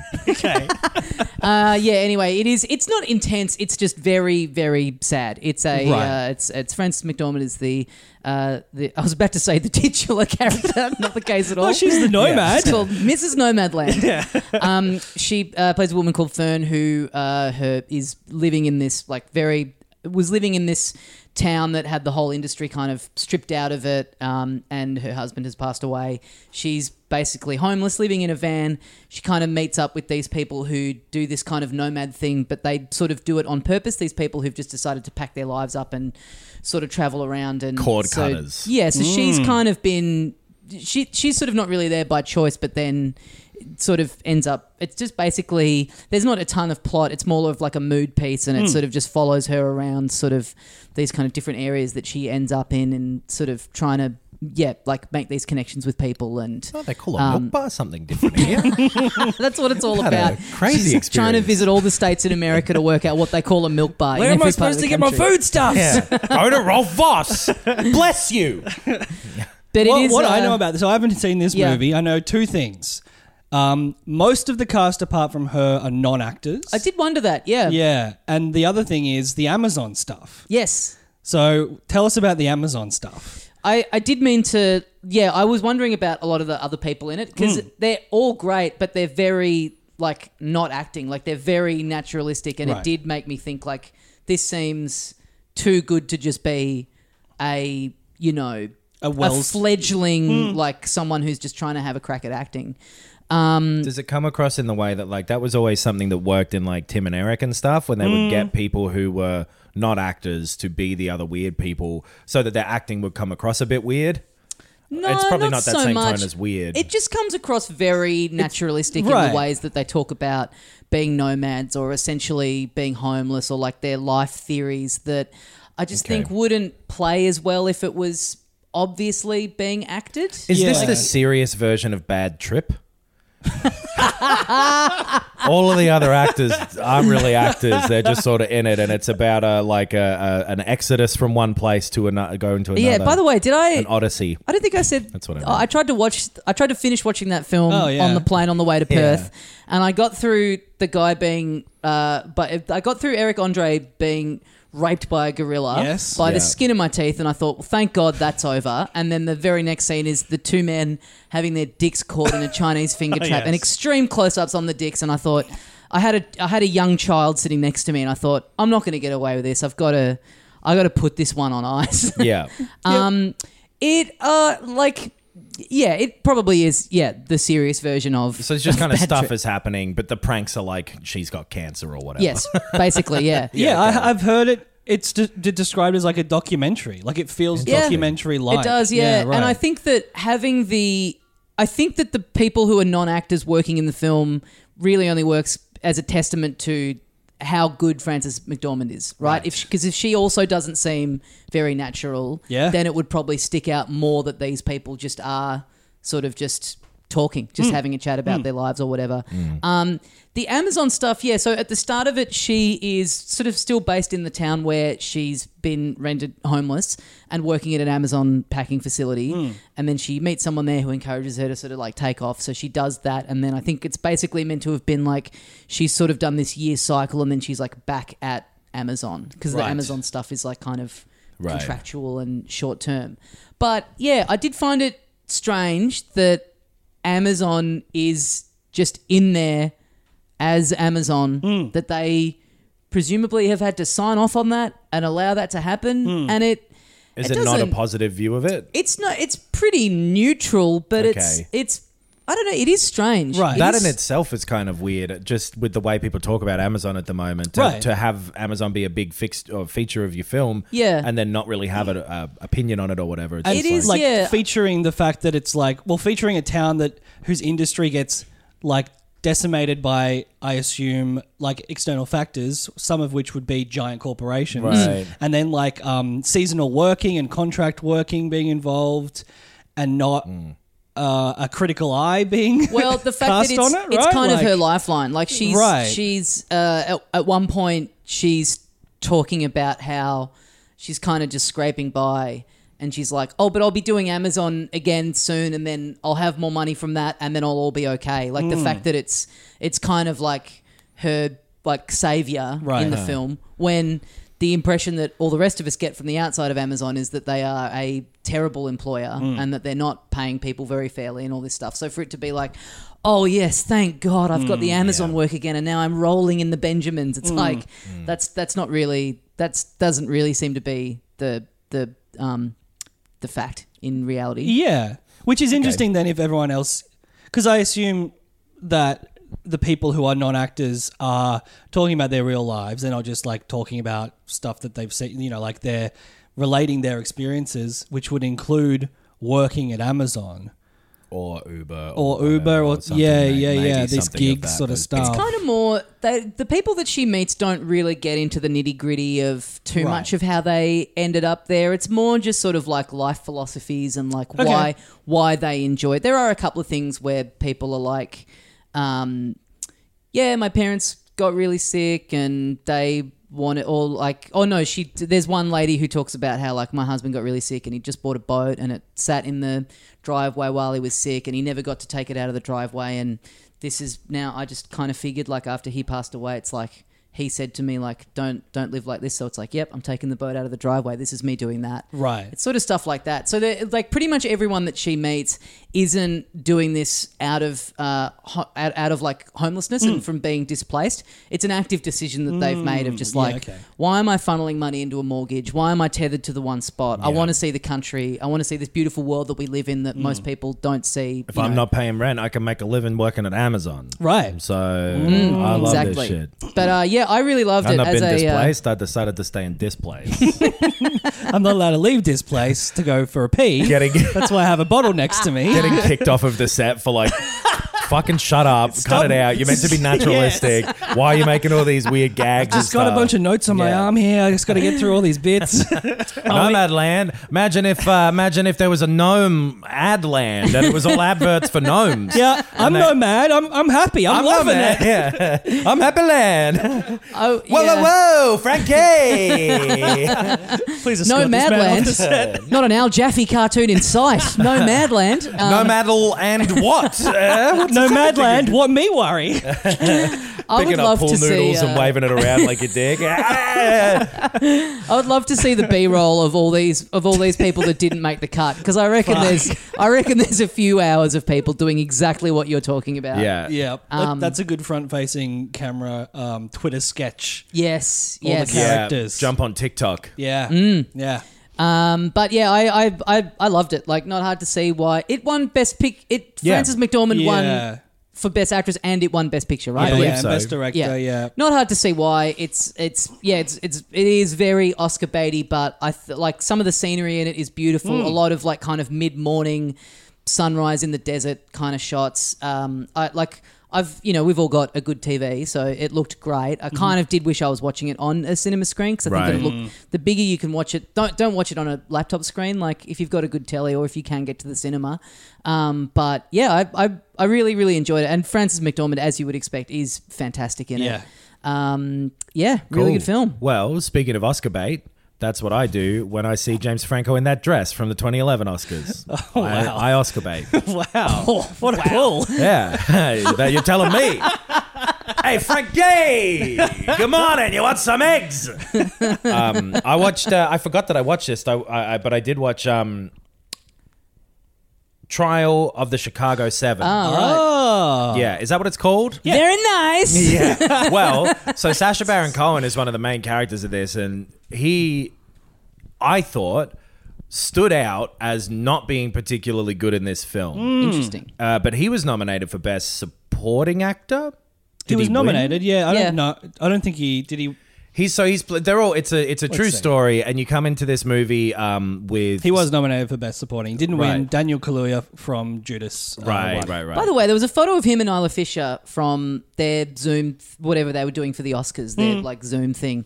[SPEAKER 1] uh, yeah. Anyway, it is. It's not intense. It's just very, very sad. It's a.
[SPEAKER 10] Right.
[SPEAKER 1] Uh, it's it's Frances McDormand is the. Uh, the I was about to say the titular character, not the case at all.
[SPEAKER 3] Oh, she's the nomad.
[SPEAKER 1] She's called Mrs. Nomadland. Um, she uh, plays a woman called Fern who uh, her is living in this like very was living in this town that had the whole industry kind of stripped out of it, um, and her husband has passed away. She's basically homeless, living in a van. She kind of meets up with these people who do this kind of nomad thing, but they sort of do it on purpose. These people who've just decided to pack their lives up and sort of travel around and
[SPEAKER 2] Cord
[SPEAKER 1] so-
[SPEAKER 2] cutters.
[SPEAKER 1] Yeah, so she's
[SPEAKER 2] Mm.
[SPEAKER 1] kind of been she she's sort of not really there by choice, but then it sort of ends up it's just basically there's not a ton of plot it's more of like a mood piece
[SPEAKER 2] Hmm.
[SPEAKER 1] and it
[SPEAKER 10] Mm.
[SPEAKER 1] sort of just follows her around sort of these kind of different areas that she ends up in and sort of trying to yeah like make these connections with people and
[SPEAKER 2] They call a
[SPEAKER 1] um,
[SPEAKER 2] milk bar something different.
[SPEAKER 1] that's what it's all
[SPEAKER 2] Had a
[SPEAKER 1] about
[SPEAKER 2] crazy
[SPEAKER 1] She's trying to
[SPEAKER 2] experience.
[SPEAKER 1] visit all the states in america to work out what they call a milk bar in
[SPEAKER 10] Where am I
[SPEAKER 1] every part
[SPEAKER 10] supposed
[SPEAKER 1] of
[SPEAKER 10] to
[SPEAKER 1] the
[SPEAKER 10] get my
[SPEAKER 1] country.
[SPEAKER 10] foodstuffs?
[SPEAKER 2] Go to Rolf Voss. Bless you.
[SPEAKER 1] But it
[SPEAKER 3] what,
[SPEAKER 1] is,
[SPEAKER 3] what I
[SPEAKER 1] uh,
[SPEAKER 3] know about this. I haven't seen this
[SPEAKER 1] Yeah.
[SPEAKER 3] movie. I know two things. Um, most of the cast, apart from her, are non-actors.
[SPEAKER 1] i did wonder that yeah
[SPEAKER 3] yeah, and the other thing is the Amazon stuff.
[SPEAKER 1] yes
[SPEAKER 3] So tell us about the Amazon stuff.
[SPEAKER 1] I, I did mean to yeah i was wondering about a lot of the other people in it because
[SPEAKER 3] Hmm.
[SPEAKER 1] they're all great but they're very like not acting like they're very naturalistic and it
[SPEAKER 10] Right.
[SPEAKER 1] did make me think like this seems too good to just be a you know a,
[SPEAKER 2] Wells-
[SPEAKER 1] fledgling
[SPEAKER 2] Hmm.
[SPEAKER 1] like someone who's just trying to have a crack at acting um,
[SPEAKER 2] Does it come across in the way that like that was always something that worked in like Tim and Eric and stuff when they
[SPEAKER 1] Mm.
[SPEAKER 2] would get people who were not actors to be the other weird people so that their acting would come across a bit weird?
[SPEAKER 1] no,
[SPEAKER 2] it's probably not, that
[SPEAKER 1] Uh, so
[SPEAKER 2] same
[SPEAKER 1] much.
[SPEAKER 2] tone as weird.
[SPEAKER 1] It just comes across very naturalistic in
[SPEAKER 2] right.
[SPEAKER 1] the ways that they talk about being nomads or essentially being homeless or like their life theories that I just
[SPEAKER 2] Okay.
[SPEAKER 1] think wouldn't play as well if it was obviously being acted.
[SPEAKER 2] Is this the serious version of Bad Trip? All of the other actors aren't really actors. They're just sort of in it, and it's about a like a, a an exodus from one place to another, going to another.
[SPEAKER 1] Yeah, by the way, did I-
[SPEAKER 2] an odyssey?
[SPEAKER 1] I don't think I said. Oh,
[SPEAKER 2] That's what I meant.
[SPEAKER 1] I tried to watch. I tried to finish watching that film
[SPEAKER 2] Oh, yeah.
[SPEAKER 1] on the plane on the way to
[SPEAKER 2] Yeah.
[SPEAKER 1] Perth, and I got through the guy being. Uh, but I got through Eric Andre being raped by a gorilla
[SPEAKER 10] Yes.
[SPEAKER 1] by
[SPEAKER 10] Yeah.
[SPEAKER 1] the skin of my teeth, and I thought, well, thank God that's over. And then the very next scene is the two men having their dicks caught in a Chinese finger
[SPEAKER 2] Oh,
[SPEAKER 1] trap, and
[SPEAKER 10] Yes.
[SPEAKER 1] extreme close-ups on the dicks, and I thought. I had a I had a young child sitting next to me, and I thought I'm not going to get away with this. I've got to I got to put this one on ice.
[SPEAKER 2] Yeah.
[SPEAKER 1] Um, it uh like yeah, it probably is yeah the serious version of.
[SPEAKER 2] So it's just kind of
[SPEAKER 1] Bad
[SPEAKER 2] stuff
[SPEAKER 1] Trip.
[SPEAKER 2] is happening, but the pranks are like she's got cancer or whatever.
[SPEAKER 1] Yes, basically, yeah.
[SPEAKER 3] Yeah, I, I've heard it. It's de- de- described as like a documentary. Like it feels documentary like.
[SPEAKER 1] It does, yeah. And I think that having the, I think that the people who are non actors working in the film really only works as a testament to how good Frances McDormand is, right? Because if, 'cause if she also doesn't seem very natural,
[SPEAKER 10] Yeah.
[SPEAKER 1] then it would probably stick out more that these people just are sort of just talking, just
[SPEAKER 10] Mm.
[SPEAKER 1] having a chat about
[SPEAKER 10] Mm.
[SPEAKER 1] their lives or whatever.
[SPEAKER 10] Mm.
[SPEAKER 1] Um, the Amazon stuff, yeah. So at the start of it, she is sort of still based in the town where she's been rendered homeless and working at an Amazon packing facility.
[SPEAKER 10] Hmm.
[SPEAKER 1] And then she meets someone there who encourages her to sort of like take off. So she does that. And then I think it's basically meant to have been like she's sort of done this year cycle and then she's like back at Amazon because the
[SPEAKER 10] Right.
[SPEAKER 1] Amazon stuff is like kind of
[SPEAKER 10] Right.
[SPEAKER 1] contractual and short term. But yeah, I did find it strange that Amazon is just in there as Amazon,
[SPEAKER 2] Hmm.
[SPEAKER 1] that they presumably have had to sign off on that and allow that to happen. And it
[SPEAKER 2] Hmm. Is
[SPEAKER 1] it
[SPEAKER 2] it, not a
[SPEAKER 1] doesn't-
[SPEAKER 2] positive view of it?
[SPEAKER 1] it's not it's pretty neutral, but it's
[SPEAKER 2] Okay.
[SPEAKER 1] it's I don't know, it is strange. Right.
[SPEAKER 2] That in itself is kind of weird, just with the way people talk about Amazon at the moment. To,
[SPEAKER 1] Right.
[SPEAKER 2] to have Amazon be a big fixed or feature of your film,
[SPEAKER 1] Yeah.
[SPEAKER 2] and then not really have an uh, opinion on it or whatever. It's
[SPEAKER 3] And
[SPEAKER 2] just
[SPEAKER 3] like featuring the fact that it's like well, featuring a town that whose industry gets like decimated by, I assume, like external factors, some of which would be giant corporations,
[SPEAKER 1] Mm.
[SPEAKER 2] Right.
[SPEAKER 3] and then like um, seasonal working and contract working being involved, and not. Uh, a critical eye being
[SPEAKER 1] Well, the fact that
[SPEAKER 3] cast
[SPEAKER 1] it's,
[SPEAKER 3] on it,
[SPEAKER 1] it's
[SPEAKER 3] right?
[SPEAKER 1] kind
[SPEAKER 3] Like-
[SPEAKER 1] of her lifeline. Like she's
[SPEAKER 3] Right.
[SPEAKER 1] she's uh, at, at one point she's talking about how she's kind of just scraping by, and she's like, "Oh, but I'll be doing Amazon again soon, and then I'll have more money from that, and then I'll all be okay." Like
[SPEAKER 3] Hmm.
[SPEAKER 1] the
[SPEAKER 10] Mm.
[SPEAKER 1] fact that it's it's kind of like her like savior
[SPEAKER 10] Right.
[SPEAKER 1] in the
[SPEAKER 10] Yeah.
[SPEAKER 1] film when. The impression that all the rest of us get from the outside of Amazon is that they are a terrible employer
[SPEAKER 10] Mm.
[SPEAKER 1] and that they're not paying people very fairly and all this stuff. So for it to be like, oh yes, thank God, I've got the Amazon work again, and now I'm rolling in the Benjamins. It's
[SPEAKER 10] Mm.
[SPEAKER 1] like that's that's not really that's doesn't really seem to be the the um the fact in reality.
[SPEAKER 3] Yeah, which is interesting then if everyone else, because I assume that the people who are non-actors are talking about their real lives and are just like talking about stuff that they've seen. You know, like they're relating their experiences, which would include working at Amazon
[SPEAKER 2] or Uber
[SPEAKER 3] or, Uber or, yeah, yeah,
[SPEAKER 2] maybe
[SPEAKER 3] yeah, these
[SPEAKER 2] something of
[SPEAKER 3] gigs
[SPEAKER 2] that
[SPEAKER 3] sort of
[SPEAKER 2] is-
[SPEAKER 3] stuff.
[SPEAKER 1] It's kind of more they, the people that she meets don't really get into the nitty gritty of too
[SPEAKER 3] Right.
[SPEAKER 1] much of how they ended up there. It's more just sort of like life philosophies and like
[SPEAKER 10] Okay.
[SPEAKER 1] why why they enjoy. it. There are a couple of things where people are like, um, yeah, my parents got really sick and they want it all like oh no she there's one lady who talks about how like my husband got really sick and he just bought a boat and it sat in the driveway while he was sick and he never got to take it out of the driveway and this is now i just kind of figured like after he passed away it's like he said to me like don't don't live like this so it's like yep i'm taking the boat out of the driveway this is me doing that
[SPEAKER 3] Right.
[SPEAKER 1] it's sort of stuff like that. So, they're- like, pretty much everyone that she meets isn't doing this out of uh, ho- out, out of like homelessness
[SPEAKER 10] Mm.
[SPEAKER 2] Hmm.
[SPEAKER 1] and from being displaced. It's an active decision that they've made of
[SPEAKER 10] Mm,
[SPEAKER 1] just
[SPEAKER 10] yeah,
[SPEAKER 1] like,
[SPEAKER 10] okay.
[SPEAKER 1] why am I funneling money into a mortgage? Why am I tethered to the one spot? I want to see the country. I want to see this beautiful world that we live in that most people don't see.
[SPEAKER 2] Hmm. If
[SPEAKER 1] you
[SPEAKER 2] I'm
[SPEAKER 1] know.
[SPEAKER 2] not paying rent, I can make a living working at Amazon.
[SPEAKER 3] Right.
[SPEAKER 2] So
[SPEAKER 1] Mm,
[SPEAKER 2] I love
[SPEAKER 1] exactly.
[SPEAKER 2] this shit.
[SPEAKER 1] But uh, yeah, I really loved
[SPEAKER 2] I've
[SPEAKER 1] it
[SPEAKER 2] not
[SPEAKER 1] as
[SPEAKER 2] been
[SPEAKER 1] a. uh,
[SPEAKER 2] displaced. I decided to stay in displaced.
[SPEAKER 3] I'm not allowed to leave this place to go for a pee.
[SPEAKER 2] Getting-
[SPEAKER 3] That's why I have a bottle next to me.
[SPEAKER 2] Getting kicked off of the set for like, fucking shut up, cut it out. You're meant to be naturalistic. Why are you making all these weird gags?
[SPEAKER 3] Just got a bunch of notes on my arm here. I just got to get through all these bits.
[SPEAKER 2] Nomad land. Imagine if uh, imagine if there was a gnome ad land and it was all adverts for gnomes.
[SPEAKER 3] Yeah, I'm no mad. I'm, I'm happy. I'm, loving
[SPEAKER 2] nomad,
[SPEAKER 3] it.
[SPEAKER 2] Yeah. I'm happy land.
[SPEAKER 1] Oh,
[SPEAKER 2] Whoa,
[SPEAKER 1] yeah.
[SPEAKER 2] whoa, whoa, Frankie.
[SPEAKER 3] Please
[SPEAKER 1] No
[SPEAKER 2] escort this man off the
[SPEAKER 1] Madland,
[SPEAKER 2] set.
[SPEAKER 1] not an Al Jaffe cartoon in sight. No Madland, um,
[SPEAKER 2] Nomadal and what? Uh,
[SPEAKER 3] no Madland, what me worry?
[SPEAKER 1] I would
[SPEAKER 2] Picking
[SPEAKER 1] love
[SPEAKER 2] up pool
[SPEAKER 1] to see,
[SPEAKER 2] noodles
[SPEAKER 1] uh,
[SPEAKER 2] and waving it around like a dick.
[SPEAKER 1] I would love to see the B roll of all these of all these people that didn't make the cut because I reckon
[SPEAKER 3] Fuck.
[SPEAKER 1] there's I reckon there's a few hours of people doing exactly what you're talking about.
[SPEAKER 2] Uh,
[SPEAKER 3] yeah. that-
[SPEAKER 1] Um,
[SPEAKER 3] that's a good front-facing camera um, Twitter sketch.
[SPEAKER 1] Yes,
[SPEAKER 3] All
[SPEAKER 1] yes.
[SPEAKER 3] the characters.
[SPEAKER 2] Jump on TikTok.
[SPEAKER 3] Yeah, yeah.
[SPEAKER 1] Um, but yeah, I, I I I loved it. Like, not hard to see why it won best pick. It
[SPEAKER 10] Yeah.
[SPEAKER 1] Frances McDormand
[SPEAKER 10] Yeah.
[SPEAKER 1] won for best actress and it won best picture, right?
[SPEAKER 3] Yeah, I believe yeah, and so. Best Director, yeah.
[SPEAKER 1] Not hard to see why it's it's yeah it's it's it is very Oscar baity, but I th- like some of the scenery in it is beautiful.
[SPEAKER 3] Hmm.
[SPEAKER 10] Mm.
[SPEAKER 1] A lot of like kind of mid morning sunrise in the desert kind of shots. Um, I like. I've you know we've all got a good TV, so it looked great.
[SPEAKER 3] Mm-hmm.
[SPEAKER 1] I kind
[SPEAKER 10] Mhm.
[SPEAKER 1] of did wish I was watching it on a cinema screen because I think
[SPEAKER 10] Right.
[SPEAKER 1] it'll look
[SPEAKER 10] Mm.
[SPEAKER 1] the bigger you can watch it don't don't watch it on a laptop screen like if you've got a good telly or if you can get to the cinema um, but yeah I, I I really really enjoyed it and Frances McDormand as you would expect is fantastic in it
[SPEAKER 2] Yeah.
[SPEAKER 1] um, yeah really
[SPEAKER 2] Cool.
[SPEAKER 1] good film
[SPEAKER 2] Well, speaking of Oscar bait, that's what I do when I see James Franco in that dress from the 2011 Oscars.
[SPEAKER 3] Oh, wow.
[SPEAKER 2] I, I Oscar bait.
[SPEAKER 3] Oh, Wow, what a pull!
[SPEAKER 2] yeah, hey, that you're telling me. hey, Frankie, good morning. You want some eggs? um, I watched. Uh, I forgot that I watched this. I, I, I- but I did watch um, Trial of the Chicago Seven.
[SPEAKER 1] Oh,
[SPEAKER 3] Ah, right.
[SPEAKER 2] yeah. Is that what it's called?
[SPEAKER 1] very nice
[SPEAKER 2] Yeah. well, so Sasha Baron Cohen is one of the main characters of this, and he, I thought, stood out as not being particularly good in this film.
[SPEAKER 1] Mm. Interesting.
[SPEAKER 2] Uh, but he was nominated for Best Supporting Actor.
[SPEAKER 3] he
[SPEAKER 2] Did
[SPEAKER 3] was
[SPEAKER 2] win?
[SPEAKER 3] nominated. Yeah, I don't know. I don't think he did. He
[SPEAKER 2] He's so he's pl- they're all it's a it's a
[SPEAKER 3] Let's
[SPEAKER 2] true
[SPEAKER 3] see.
[SPEAKER 2] story, and you come into this movie um, with
[SPEAKER 3] he was nominated for best supporting. He didn't win.
[SPEAKER 2] Right.
[SPEAKER 3] Daniel Kaluuya from Judas. uh,
[SPEAKER 2] Right,
[SPEAKER 3] won.
[SPEAKER 2] right, right.
[SPEAKER 1] By the way, there was a photo of him and Isla Fisher from their Zoom, th- whatever they were doing for the Oscars, their
[SPEAKER 2] Hmm.
[SPEAKER 10] Mm.
[SPEAKER 1] like Zoom thing,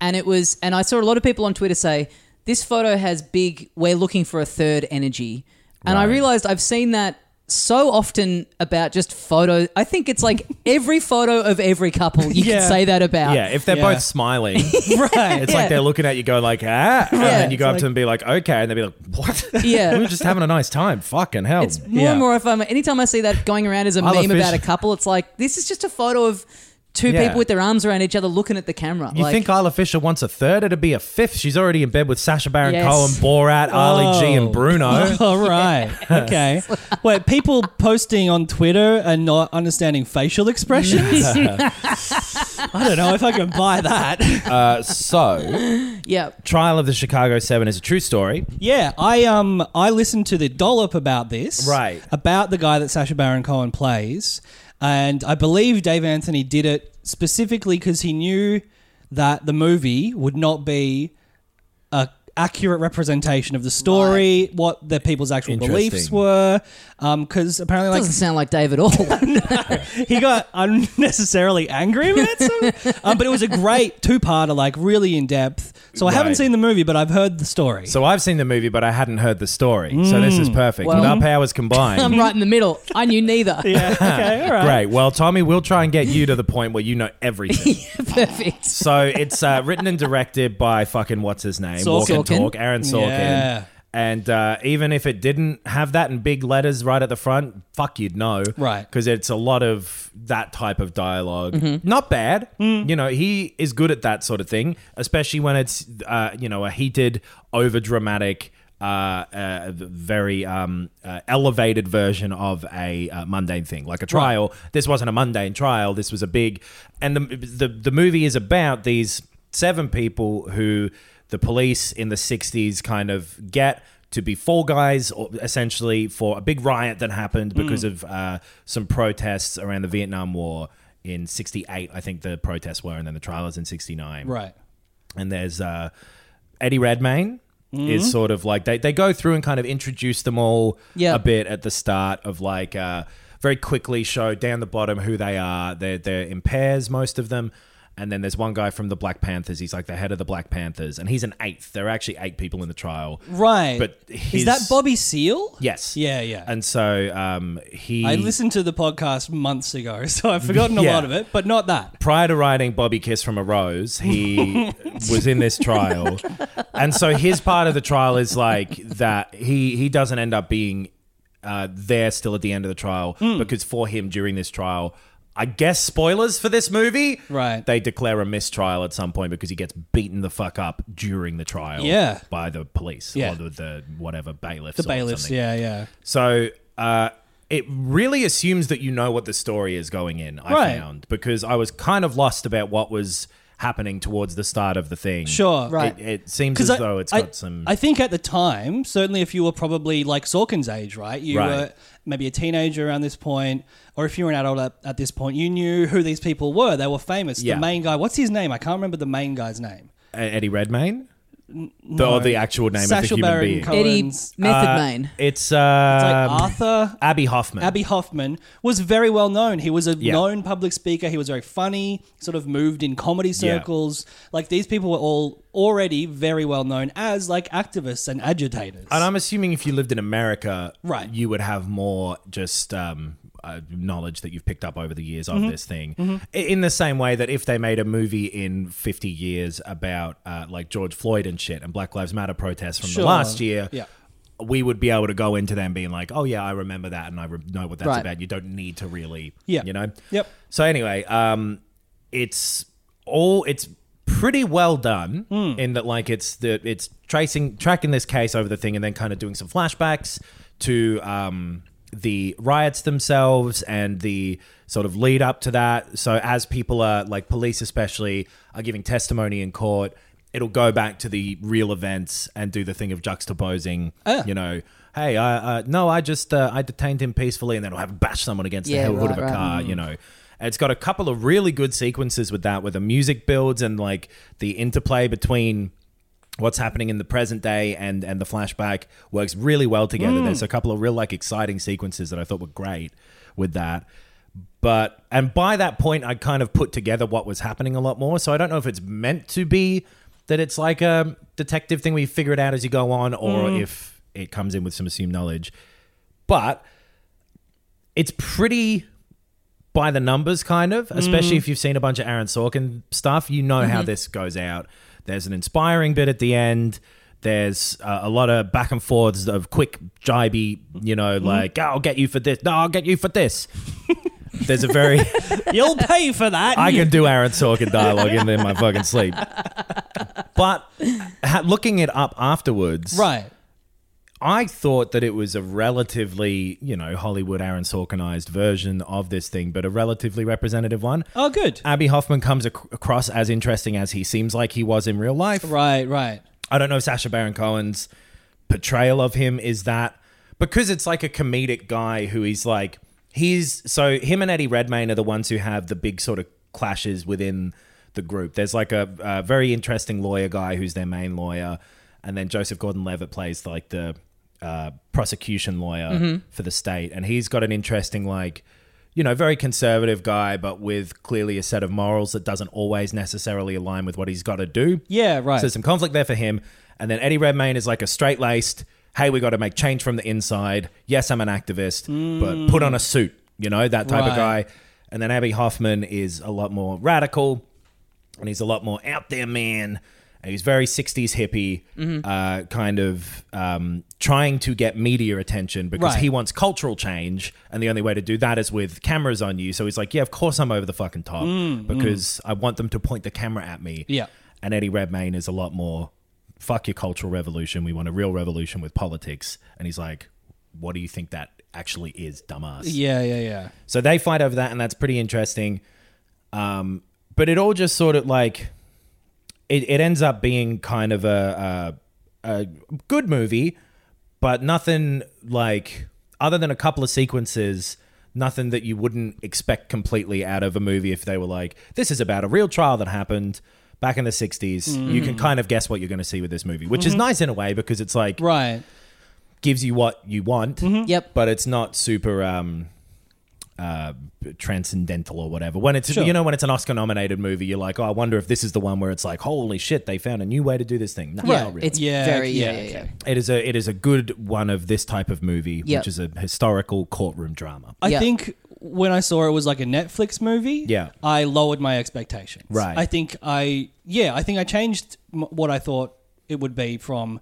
[SPEAKER 1] and it was. And I saw a lot of people on Twitter say this photo has big. We're looking for a third energy, and I
[SPEAKER 10] Right.
[SPEAKER 1] realized I've seen that so often about just photo. I think it's like every photo of every couple you
[SPEAKER 2] Yeah.
[SPEAKER 1] can say that about.
[SPEAKER 2] yeah, if they're both smiling,
[SPEAKER 3] right?
[SPEAKER 2] It's
[SPEAKER 1] uh, Yeah.
[SPEAKER 2] like they're looking at you, go like ah, and
[SPEAKER 1] Yeah.
[SPEAKER 2] then you go
[SPEAKER 1] It's
[SPEAKER 2] up to them and be like okay, and they'll be like what?
[SPEAKER 1] Yeah.
[SPEAKER 2] we were just having a nice time. Fucking hell. It's
[SPEAKER 1] More and more, if I'm anytime I see that going around as a
[SPEAKER 2] Isla
[SPEAKER 1] meme about
[SPEAKER 2] Fisher-
[SPEAKER 1] a couple, it's like this is just a photo of two
[SPEAKER 2] Yeah.
[SPEAKER 1] people with their arms around each other looking at the camera.
[SPEAKER 2] You
[SPEAKER 1] like,
[SPEAKER 2] think Isla Fisher wants a third? It'd be a fifth. She's already in bed with Sasha Baron
[SPEAKER 1] Yes. Oh.
[SPEAKER 2] Cohen, Borat, Ali G, and Bruno.
[SPEAKER 3] All right. Okay. Wait, people posting on Twitter and not understanding facial expressions? I don't know if I can buy that.
[SPEAKER 2] Uh, so,
[SPEAKER 1] yeah,
[SPEAKER 2] Trial of the Chicago Seven is a true story.
[SPEAKER 3] Yeah, I um I listened to the dollop about this.
[SPEAKER 2] Right.
[SPEAKER 3] About the guy that Sasha Baron Cohen plays. And I believe Dave Anthony did it specifically because he knew that the movie would not be a accurate representation of the story, what the people's actual beliefs
[SPEAKER 2] Interesting.
[SPEAKER 3] were. Because apparently, like
[SPEAKER 1] doesn't sound like Dave at all.
[SPEAKER 3] he got unnecessarily angry about something. um, but it was a great two-parter, like really in depth. So I haven't
[SPEAKER 2] Right.
[SPEAKER 3] seen the movie, but I've heard the story.
[SPEAKER 2] So I've seen the movie, but I hadn't heard the story. So this
[SPEAKER 1] Mm.
[SPEAKER 2] is perfect. With our powers
[SPEAKER 1] I'm
[SPEAKER 2] combined.
[SPEAKER 1] right in the middle. I knew neither.
[SPEAKER 3] yeah, okay, all right.
[SPEAKER 2] Great. Well, Tommy, we'll try and get you to the point where you know everything.
[SPEAKER 1] Perfect.
[SPEAKER 2] So it's uh, written and directed by fucking what's his name? Walk and
[SPEAKER 1] Sorkin.
[SPEAKER 2] Talk, Aaron Sorkin.
[SPEAKER 3] Yeah.
[SPEAKER 2] And uh, even if it didn't have that in big letters right at the front, fuck, you'd know.
[SPEAKER 3] Right.
[SPEAKER 2] Because it's a lot of that type of dialog Not bad. You know, he is good at that sort of thing, especially when it's, uh, you know, a heated, over dramatic. Uh, uh, very um, uh, elevated version of a uh, mundane thing, like a trial. This wasn't a mundane trial. This was a big, and the the the movie is about these seven people who the police in the 60s kind of get to be fall guys or essentially for a big riot that happened because of uh, some protests around the Vietnam War in 68 I think the protests were and then the trial was in 69
[SPEAKER 3] Right.
[SPEAKER 2] and there's uh, Eddie Redmayne
[SPEAKER 3] Mm-hmm.
[SPEAKER 2] is sort of like they, they go through and kind of introduce them all
[SPEAKER 1] Yeah.
[SPEAKER 2] a bit at the start of like uh, very quickly show down the bottom who they are. They're they're in pairs most of them. And then there's one guy from the Black Panthers. He's like the head of the Black Panthers, and he's an eighth. There are actually eight people in the trial.
[SPEAKER 3] Right.
[SPEAKER 2] But
[SPEAKER 3] is
[SPEAKER 2] his-
[SPEAKER 3] that Bobby Seal?
[SPEAKER 2] Yes.
[SPEAKER 3] Yeah, yeah.
[SPEAKER 2] And so um, he.
[SPEAKER 3] I listened to the podcast months ago, so I've forgotten a
[SPEAKER 2] Yeah.
[SPEAKER 3] lot of it, but not that.
[SPEAKER 2] prior to writing Bobby Kiss from a Rose, he was in this trial. And so his part of the trial is like that he he doesn't end up being uh, there still at the end of the trial
[SPEAKER 3] Hmm.
[SPEAKER 2] because for him during this trial, I guess spoilers for this movie,
[SPEAKER 3] Right.
[SPEAKER 2] They declare a mistrial at some point because he gets beaten the fuck up during the trial,
[SPEAKER 3] Yeah.
[SPEAKER 2] by the police
[SPEAKER 3] Yeah.
[SPEAKER 2] or the, the whatever bailiffs,
[SPEAKER 3] The
[SPEAKER 2] or
[SPEAKER 3] bailiffs,
[SPEAKER 2] something.
[SPEAKER 3] yeah, yeah.
[SPEAKER 2] So uh, it really assumes that you know what the story is going in. I
[SPEAKER 3] Right.
[SPEAKER 2] found because I was kind of lost about what was happening towards the start of the thing.
[SPEAKER 3] Sure.
[SPEAKER 1] Right.
[SPEAKER 2] It, it seems as
[SPEAKER 3] Because I,
[SPEAKER 2] though it's
[SPEAKER 3] I-
[SPEAKER 2] got some. E-,
[SPEAKER 3] I think at the time, certainly if you were probably like Sorkin's age, right? You
[SPEAKER 2] Right.
[SPEAKER 3] were maybe a teenager around this point, or if you were an adult at, at this point, you knew who these people were. They were famous.
[SPEAKER 2] Yeah.
[SPEAKER 3] The main guy, what's his name? I can't remember the main guy's name.
[SPEAKER 2] Eddie Redmayne. The, or the actual name of the
[SPEAKER 3] Sacha
[SPEAKER 2] human
[SPEAKER 3] Baron
[SPEAKER 2] being.
[SPEAKER 3] Cohen.
[SPEAKER 1] Eddie
[SPEAKER 3] Collins.
[SPEAKER 1] Method
[SPEAKER 2] Uh,
[SPEAKER 1] Man.
[SPEAKER 2] It's,
[SPEAKER 3] It's like
[SPEAKER 2] uh,
[SPEAKER 3] Arthur.
[SPEAKER 2] Abby Hoffman.
[SPEAKER 3] Abby Hoffman was very well known. He was a
[SPEAKER 2] Yeah.
[SPEAKER 3] known public speaker. He was very funny, sort of moved in comedy circles. Like these people were all already very well known as like activists and agitators.
[SPEAKER 2] And I'm assuming if you lived in America,
[SPEAKER 3] Right.
[SPEAKER 2] you would have more just um, uh, knowledge that you've picked up over the years
[SPEAKER 3] Mm-hmm.
[SPEAKER 2] of this thing. I- In the same way that if they made a movie in 50 years about uh, like George Floyd and shit and Black Lives Matter protests from
[SPEAKER 3] Sure.
[SPEAKER 2] the last year.
[SPEAKER 3] Yeah.
[SPEAKER 2] We would be able to go into them being like, "Oh yeah, I remember that, and I re- know what that's
[SPEAKER 1] Right.
[SPEAKER 2] about." You don't need to really,
[SPEAKER 3] Yeah.
[SPEAKER 2] you know.
[SPEAKER 3] Yep.
[SPEAKER 2] So anyway, um, it's all it's pretty well done in that like it's the it's tracing tracking this case over the thing and then kind of doing some flashbacks to um, the riots themselves and the sort of lead up to that. So as people are like police especially are giving testimony in court, it'll go back to the real events and do the thing of juxtaposing. You know. Hey, I, uh, no, I just uh, I detained him peacefully, and then I'll have bash someone against
[SPEAKER 1] Yeah,
[SPEAKER 2] the hell hood
[SPEAKER 1] right,
[SPEAKER 2] of a
[SPEAKER 1] right. Mm.
[SPEAKER 2] car uh, you know. It's got a couple of really good sequences with that, where the music builds and like the interplay between what's happening in the present day and and the flashback works really well together.
[SPEAKER 1] Mm.
[SPEAKER 2] There's a couple of real like exciting sequences that I thought were great with that. But and by that point, I kind of put together what was happening a lot more. So I don't know if it's meant to be that it's like a detective thing where you figure it out as you go on, or
[SPEAKER 1] Mm.
[SPEAKER 2] if it comes in with some assumed knowledge. But it's pretty by the numbers, kind of, especially if you've seen a bunch of Aaron Sorkin stuff. You know how this goes out. There's an inspiring bit at the end. There's uh, a lot of back and forths of quick jibey, you know, like, "Oh, I'll get you for this. No, I'll get you for this. There's a very
[SPEAKER 3] You'll pay for that.
[SPEAKER 2] I can do Aaron Sorkin dialogue in, in my fucking sleep. But ha- looking it up afterwards,
[SPEAKER 3] Right.
[SPEAKER 2] I thought that it was a relatively, you know, Hollywood Aaron Sorkinized version of this thing, but a relatively representative one.
[SPEAKER 3] Oh, good.
[SPEAKER 2] Abby Hoffman comes ac- across as interesting as he seems like he was in real life.
[SPEAKER 3] Right, right.
[SPEAKER 2] I don't know if Sasha Baron Cohen's portrayal of him is that because it's like a comedic guy who he's like he's so him and Eddie Redmayne are the ones who have the big sort of clashes within the group. There's like a, a very interesting lawyer guy who's their main lawyer, and then Joseph Gordon-Levitt plays like the uh, prosecution lawyer
[SPEAKER 3] Mm-hmm.
[SPEAKER 2] for the state, and he's got an interesting like you know, very conservative guy, but with clearly a set of morals that doesn't always necessarily align with what he's got to do.
[SPEAKER 3] Yeah, right.
[SPEAKER 2] So there's some conflict there for him. And then Eddie Redmayne is like a straight laced, hey, we got to make change from the inside. Yes, I'm an activist, but put on a suit, you know, that type of
[SPEAKER 3] Right.
[SPEAKER 2] guy. And then Abby Hoffman is a lot more radical and he's a lot more out there man. And he's very 60s hippie,
[SPEAKER 3] Mm-hmm.
[SPEAKER 2] uh, kind of um, trying to get media attention because
[SPEAKER 3] Right.
[SPEAKER 2] he wants cultural change. And the only way to do that is with cameras on you. So he's like, yeah, of course I'm over the fucking top because I want them to point the camera at me.
[SPEAKER 3] Mm, Yeah.
[SPEAKER 2] And Eddie Redmayne is a lot more, fuck your cultural revolution. We want a real revolution with politics. And he's like, what do you think that actually is, dumbass?
[SPEAKER 3] Yeah, yeah, yeah.
[SPEAKER 2] So they fight over that, and that's pretty interesting. Um, but it all just sort of like it, it ends up being kind of a, a a good movie, but nothing like other than a couple of sequences. Nothing that you wouldn't expect completely out of a movie if they were like, "This is about a real trial that happened back in the '60s." You can kind of guess what you're going to see with this movie, which is nice in a way because it's like
[SPEAKER 3] Right.
[SPEAKER 2] gives you what you want
[SPEAKER 1] Yep.
[SPEAKER 2] but it's not super um uh transcendental or whatever when it's
[SPEAKER 3] Sure.
[SPEAKER 2] you know when it's an oscar nominated movie you're like oh i wonder if this is the one where it's like holy shit they found a new way to do this thing no,
[SPEAKER 1] Yeah,
[SPEAKER 2] not really.
[SPEAKER 1] it's
[SPEAKER 3] Yeah,
[SPEAKER 1] very yeah,
[SPEAKER 3] yeah,
[SPEAKER 1] yeah,
[SPEAKER 3] okay.
[SPEAKER 2] it is a it is a good one of this type of movie
[SPEAKER 1] Yeah.
[SPEAKER 2] which is a historical courtroom drama
[SPEAKER 3] I
[SPEAKER 1] Yeah.
[SPEAKER 3] think when I saw it was like a Netflix movie,
[SPEAKER 2] Yeah.
[SPEAKER 3] I lowered my expectations.
[SPEAKER 2] Right.
[SPEAKER 3] I think I, yeah, I think I changed m- what I thought it would be from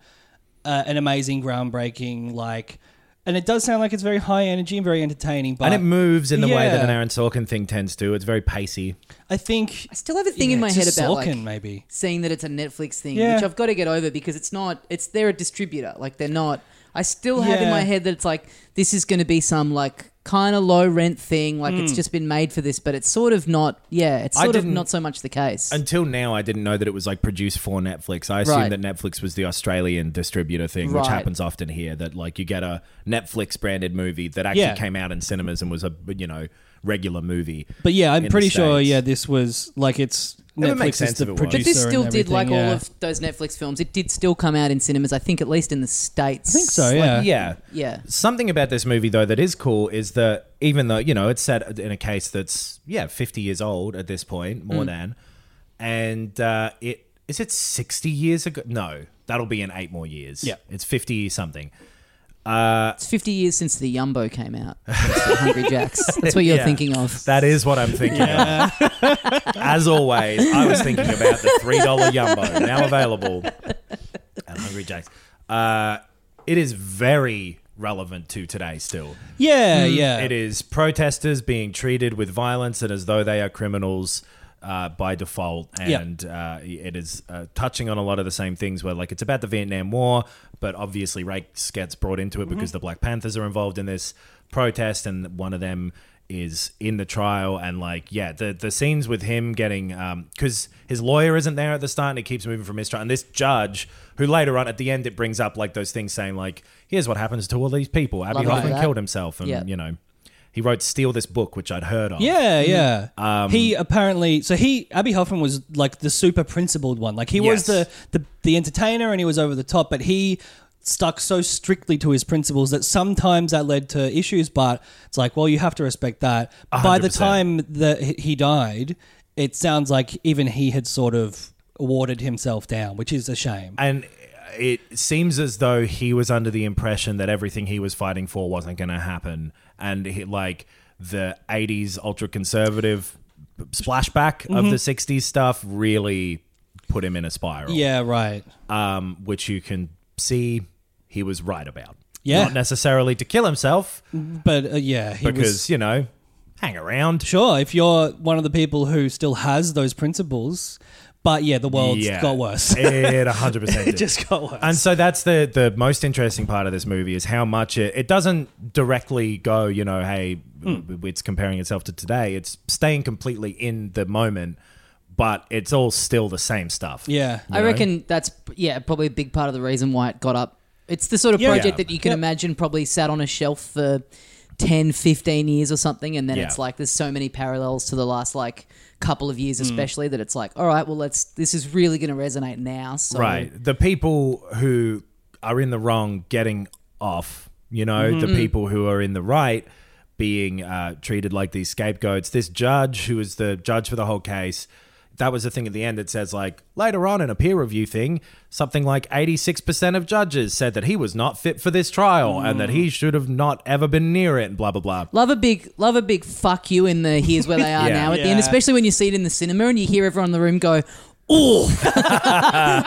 [SPEAKER 3] uh, an amazing, groundbreaking, like, and it does sound like it's very high energy and very entertaining, but
[SPEAKER 2] and it moves in the way that
[SPEAKER 3] Uh, Yeah.
[SPEAKER 2] an Aaron Sorkin thing tends to. It's very pacey.
[SPEAKER 3] I think
[SPEAKER 1] I still have a thing
[SPEAKER 3] Yeah,
[SPEAKER 1] in my
[SPEAKER 3] it's
[SPEAKER 1] head
[SPEAKER 3] just
[SPEAKER 1] about
[SPEAKER 3] Sorkin,
[SPEAKER 1] like
[SPEAKER 3] maybe.
[SPEAKER 1] seeing that it's a Netflix thing,
[SPEAKER 3] Yeah.
[SPEAKER 1] which I've got to get over because it's not. It's they're a distributor, like they're not. I still have in
[SPEAKER 3] Yeah.
[SPEAKER 1] my head that it's like this is going to be some like kind of low rent thing, like
[SPEAKER 3] Hmm.
[SPEAKER 1] it's just been made for this, but it's sort of not. Yeah, it's
[SPEAKER 2] I
[SPEAKER 1] sort of
[SPEAKER 2] didn't-
[SPEAKER 1] not so much the case.
[SPEAKER 2] Until now, I didn't know that it was like produced for Netflix. I assumed
[SPEAKER 1] Right.
[SPEAKER 2] that Netflix was the Australian distributor thing,
[SPEAKER 1] Right.
[SPEAKER 2] which happens often here. That like you get a Netflix branded movie that actually
[SPEAKER 3] Yeah.
[SPEAKER 2] came out in cinemas and was a you know regular movie.
[SPEAKER 3] But yeah, I'm
[SPEAKER 2] in the
[SPEAKER 3] pretty sure.
[SPEAKER 2] States.
[SPEAKER 3] Yeah, this was like it's
[SPEAKER 2] It would make
[SPEAKER 3] Netflix
[SPEAKER 2] sense
[SPEAKER 3] is
[SPEAKER 2] if it
[SPEAKER 3] the
[SPEAKER 2] was.
[SPEAKER 3] producer.
[SPEAKER 1] but this still
[SPEAKER 3] and
[SPEAKER 1] did like
[SPEAKER 3] everything,
[SPEAKER 1] all
[SPEAKER 3] yeah.
[SPEAKER 1] of those Netflix films. It did still come out in cinemas, I think, at least in the states.
[SPEAKER 3] I think so. Yeah.
[SPEAKER 2] yeah.
[SPEAKER 1] Yeah.
[SPEAKER 2] Something about this movie though that is cool is that even though you know it's set in a case that's yeah 50 years old at this point, more
[SPEAKER 3] Mm.
[SPEAKER 2] than, and uh, it is it 60 years ago? No, that'll be in eight more years.
[SPEAKER 3] Yeah.
[SPEAKER 2] it's 50 something.
[SPEAKER 1] It's 50 years since the Yumbo came out. It's the Hungry Jacks. That's what you're
[SPEAKER 2] Yeah.
[SPEAKER 1] thinking of.
[SPEAKER 2] That is what I'm thinking of. As always, I was thinking about the three dollar Yumbo now available at Hungry Jack's. Uh, it is very relevant to today still.
[SPEAKER 3] Yeah, yeah.
[SPEAKER 2] Hmm. It is protesters being treated with violence and as though they are criminals. Uh, by default,
[SPEAKER 3] Yeah.
[SPEAKER 2] and uh, it is uh, touching on a lot of the same things where, like, it's about the Vietnam War, but obviously race gets brought into it
[SPEAKER 1] Mm-hmm.
[SPEAKER 2] because the Black Panthers are involved in this protest, and one of them is in the trial. And, like, yeah, the, the scenes with him getting, because his lawyer isn't there at the start and it keeps moving from his trial. And this judge, who later on at the end, it brings up, like, those things saying, like, here's what happens to all these people. Abby
[SPEAKER 1] Love
[SPEAKER 2] Hoffman
[SPEAKER 1] that.
[SPEAKER 2] killed himself, and,
[SPEAKER 1] Yeah.
[SPEAKER 2] you know. He wrote "Steal This Book," which I'd heard of.
[SPEAKER 3] Yeah, yeah.
[SPEAKER 2] Um,
[SPEAKER 3] he apparently so he Abby Hoffman was like the super principled one. Like he was
[SPEAKER 2] Yes.
[SPEAKER 3] the, the the entertainer and he was over the top, but he stuck so strictly to his principles that sometimes that led to issues, but it's like, well, you have to respect that. By the
[SPEAKER 2] 100%.
[SPEAKER 3] time that he he died, it sounds like even he had sort of watered himself down, which is a shame.
[SPEAKER 2] and it seems as though he was under the impression that everything he was fighting for wasn't going to happen, and he, like the '80s ultra conservative splashback
[SPEAKER 3] Mm-hmm.
[SPEAKER 2] of the '60s stuff really put him in a spiral.
[SPEAKER 3] Yeah, right.
[SPEAKER 2] um, which you can see he was right about.
[SPEAKER 3] Yeah.
[SPEAKER 2] not necessarily to kill himself
[SPEAKER 3] But uh, yeah, he
[SPEAKER 2] because
[SPEAKER 3] was
[SPEAKER 2] you know hang around.
[SPEAKER 3] Sure, if you're one of the people who still has those principles, but yeah, the world's
[SPEAKER 2] Yeah.
[SPEAKER 3] got worse.
[SPEAKER 2] It 100%
[SPEAKER 3] it
[SPEAKER 2] did.
[SPEAKER 3] just got worse.
[SPEAKER 2] And so that's the the most interesting part of this movie is how much it, it doesn't directly go, you know, hey, w- it's comparing itself to today. It's staying completely in the moment, but it's all still the same stuff.
[SPEAKER 3] yeah.
[SPEAKER 1] I reckon that's yeah probably a big part of the reason why it got up. It's the sort of
[SPEAKER 3] Yeah.
[SPEAKER 1] project
[SPEAKER 2] Yeah.
[SPEAKER 1] that you can
[SPEAKER 3] Yep.
[SPEAKER 1] imagine probably sat on a shelf for 10, 15 years or something, and then
[SPEAKER 2] Yeah.
[SPEAKER 1] it's like there's so many parallels to the last like couple of
[SPEAKER 2] Hmm.
[SPEAKER 1] years, especially that it's like, all right, well, let's this is really going to resonate now. So
[SPEAKER 2] Right. The people who are in the wrong getting off, you know, the people who are in the right being uh, treated like these scapegoats. This judge, who is the judge for the whole case, that was the thing at the end that says, like, later on in a peer review thing, something like 86% of judges said that he was not fit for this trial and that he should have not ever been near it and blah, blah, blah.
[SPEAKER 1] Love a big, love a big fuck you in the here's where they are
[SPEAKER 2] Yeah.
[SPEAKER 1] now at the end,
[SPEAKER 3] Yeah.
[SPEAKER 1] especially when you see it in the cinema and you hear everyone in the room go, "Oh,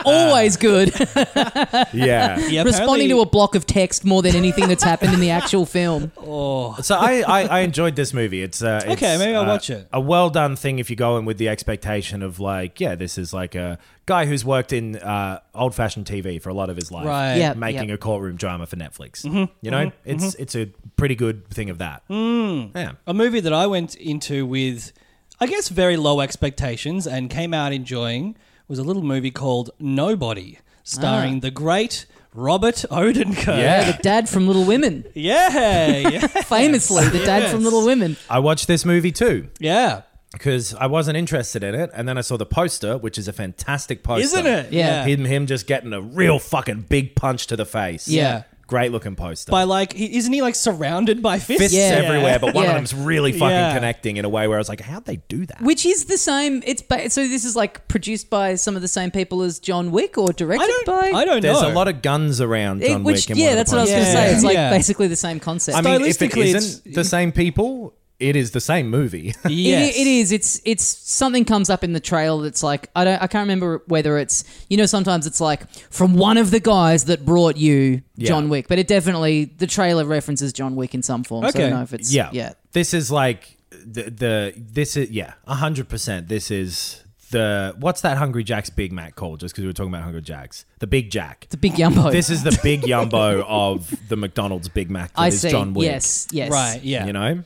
[SPEAKER 1] always good."
[SPEAKER 2] Yeah.
[SPEAKER 3] Yeah,
[SPEAKER 1] Responding
[SPEAKER 3] apparently-
[SPEAKER 1] to a block of text more than anything that's happened in the actual film.
[SPEAKER 2] So I, I, I enjoyed this movie. It's, uh, it's,
[SPEAKER 3] Okay, maybe I'll
[SPEAKER 2] uh,
[SPEAKER 3] watch it.
[SPEAKER 2] A well done thing if you go in with the expectation of like, yeah, this is like a guy who's worked in uh, old fashioned TV for a lot of his life,
[SPEAKER 3] Right. Mm-hmm.
[SPEAKER 1] Yep,
[SPEAKER 2] Making
[SPEAKER 1] yep.
[SPEAKER 2] a courtroom drama for Netflix. You know, it's it's a pretty good thing of that. Yeah,
[SPEAKER 3] a movie that I went into with, I guess, very low expectations and came out enjoying was a little movie called Nobody, starring
[SPEAKER 1] Ah.
[SPEAKER 3] the great Robert Odenkirk.
[SPEAKER 1] Yeah, the dad from Little Women,
[SPEAKER 3] Yeah, yeah,
[SPEAKER 1] famously the dad from
[SPEAKER 3] Yes.
[SPEAKER 1] Little Women.
[SPEAKER 2] I watched this movie too.
[SPEAKER 3] yeah.
[SPEAKER 2] Because I wasn't interested in it, and then I saw the poster, which is a fantastic poster,
[SPEAKER 3] Isn't it?
[SPEAKER 1] Yeah.
[SPEAKER 2] Him, him just getting a real fucking big punch to the face.
[SPEAKER 3] Yeah.
[SPEAKER 2] great looking poster.
[SPEAKER 3] By like, he- isn't he like surrounded by fists?
[SPEAKER 2] fists
[SPEAKER 1] Yeah.
[SPEAKER 2] everywhere, but one
[SPEAKER 1] Yeah.
[SPEAKER 2] of them's really fucking
[SPEAKER 3] Yeah.
[SPEAKER 2] connecting in a way where I was like, how'd they do that?
[SPEAKER 1] Which is the same. It's ba- so this is like produced by some of the same people as John Wick or directed
[SPEAKER 3] I don't.
[SPEAKER 1] by.
[SPEAKER 3] I don't
[SPEAKER 2] There's
[SPEAKER 3] know.
[SPEAKER 2] a lot of guns around John
[SPEAKER 1] It- which
[SPEAKER 2] Wick. In
[SPEAKER 1] yeah,
[SPEAKER 2] one of
[SPEAKER 1] that's
[SPEAKER 2] the
[SPEAKER 1] what I was going to
[SPEAKER 2] posters.
[SPEAKER 3] Yeah.
[SPEAKER 1] say. It's like
[SPEAKER 3] Yeah.
[SPEAKER 1] basically the same concept.
[SPEAKER 2] I mean, if it
[SPEAKER 3] Stylistically, it's-
[SPEAKER 2] isn't the same people, it is the same movie.
[SPEAKER 3] Yes.
[SPEAKER 1] It, it is. It's it's something comes up in the trail that's like I don't I can't remember whether it's you know sometimes it's like from one of the guys that brought you John Wick, but it definitely the trailer references John Wick in some form. So I
[SPEAKER 3] Okay.
[SPEAKER 1] don't know if it's
[SPEAKER 2] yeah,
[SPEAKER 1] yeah.
[SPEAKER 2] This is like the, the this is yeah, hundred percent. This is the what's that Hungry Jack's Big Mac called? Just because we were talking about Hungry Jack's, the Big Jack.
[SPEAKER 1] The big yumbo.
[SPEAKER 2] This is the Big Yumbo of the McDonald's Big Mac. that
[SPEAKER 1] I
[SPEAKER 2] is
[SPEAKER 1] see.
[SPEAKER 2] John Wick.
[SPEAKER 1] Yes, yes.
[SPEAKER 3] Right. Yeah.
[SPEAKER 2] You know,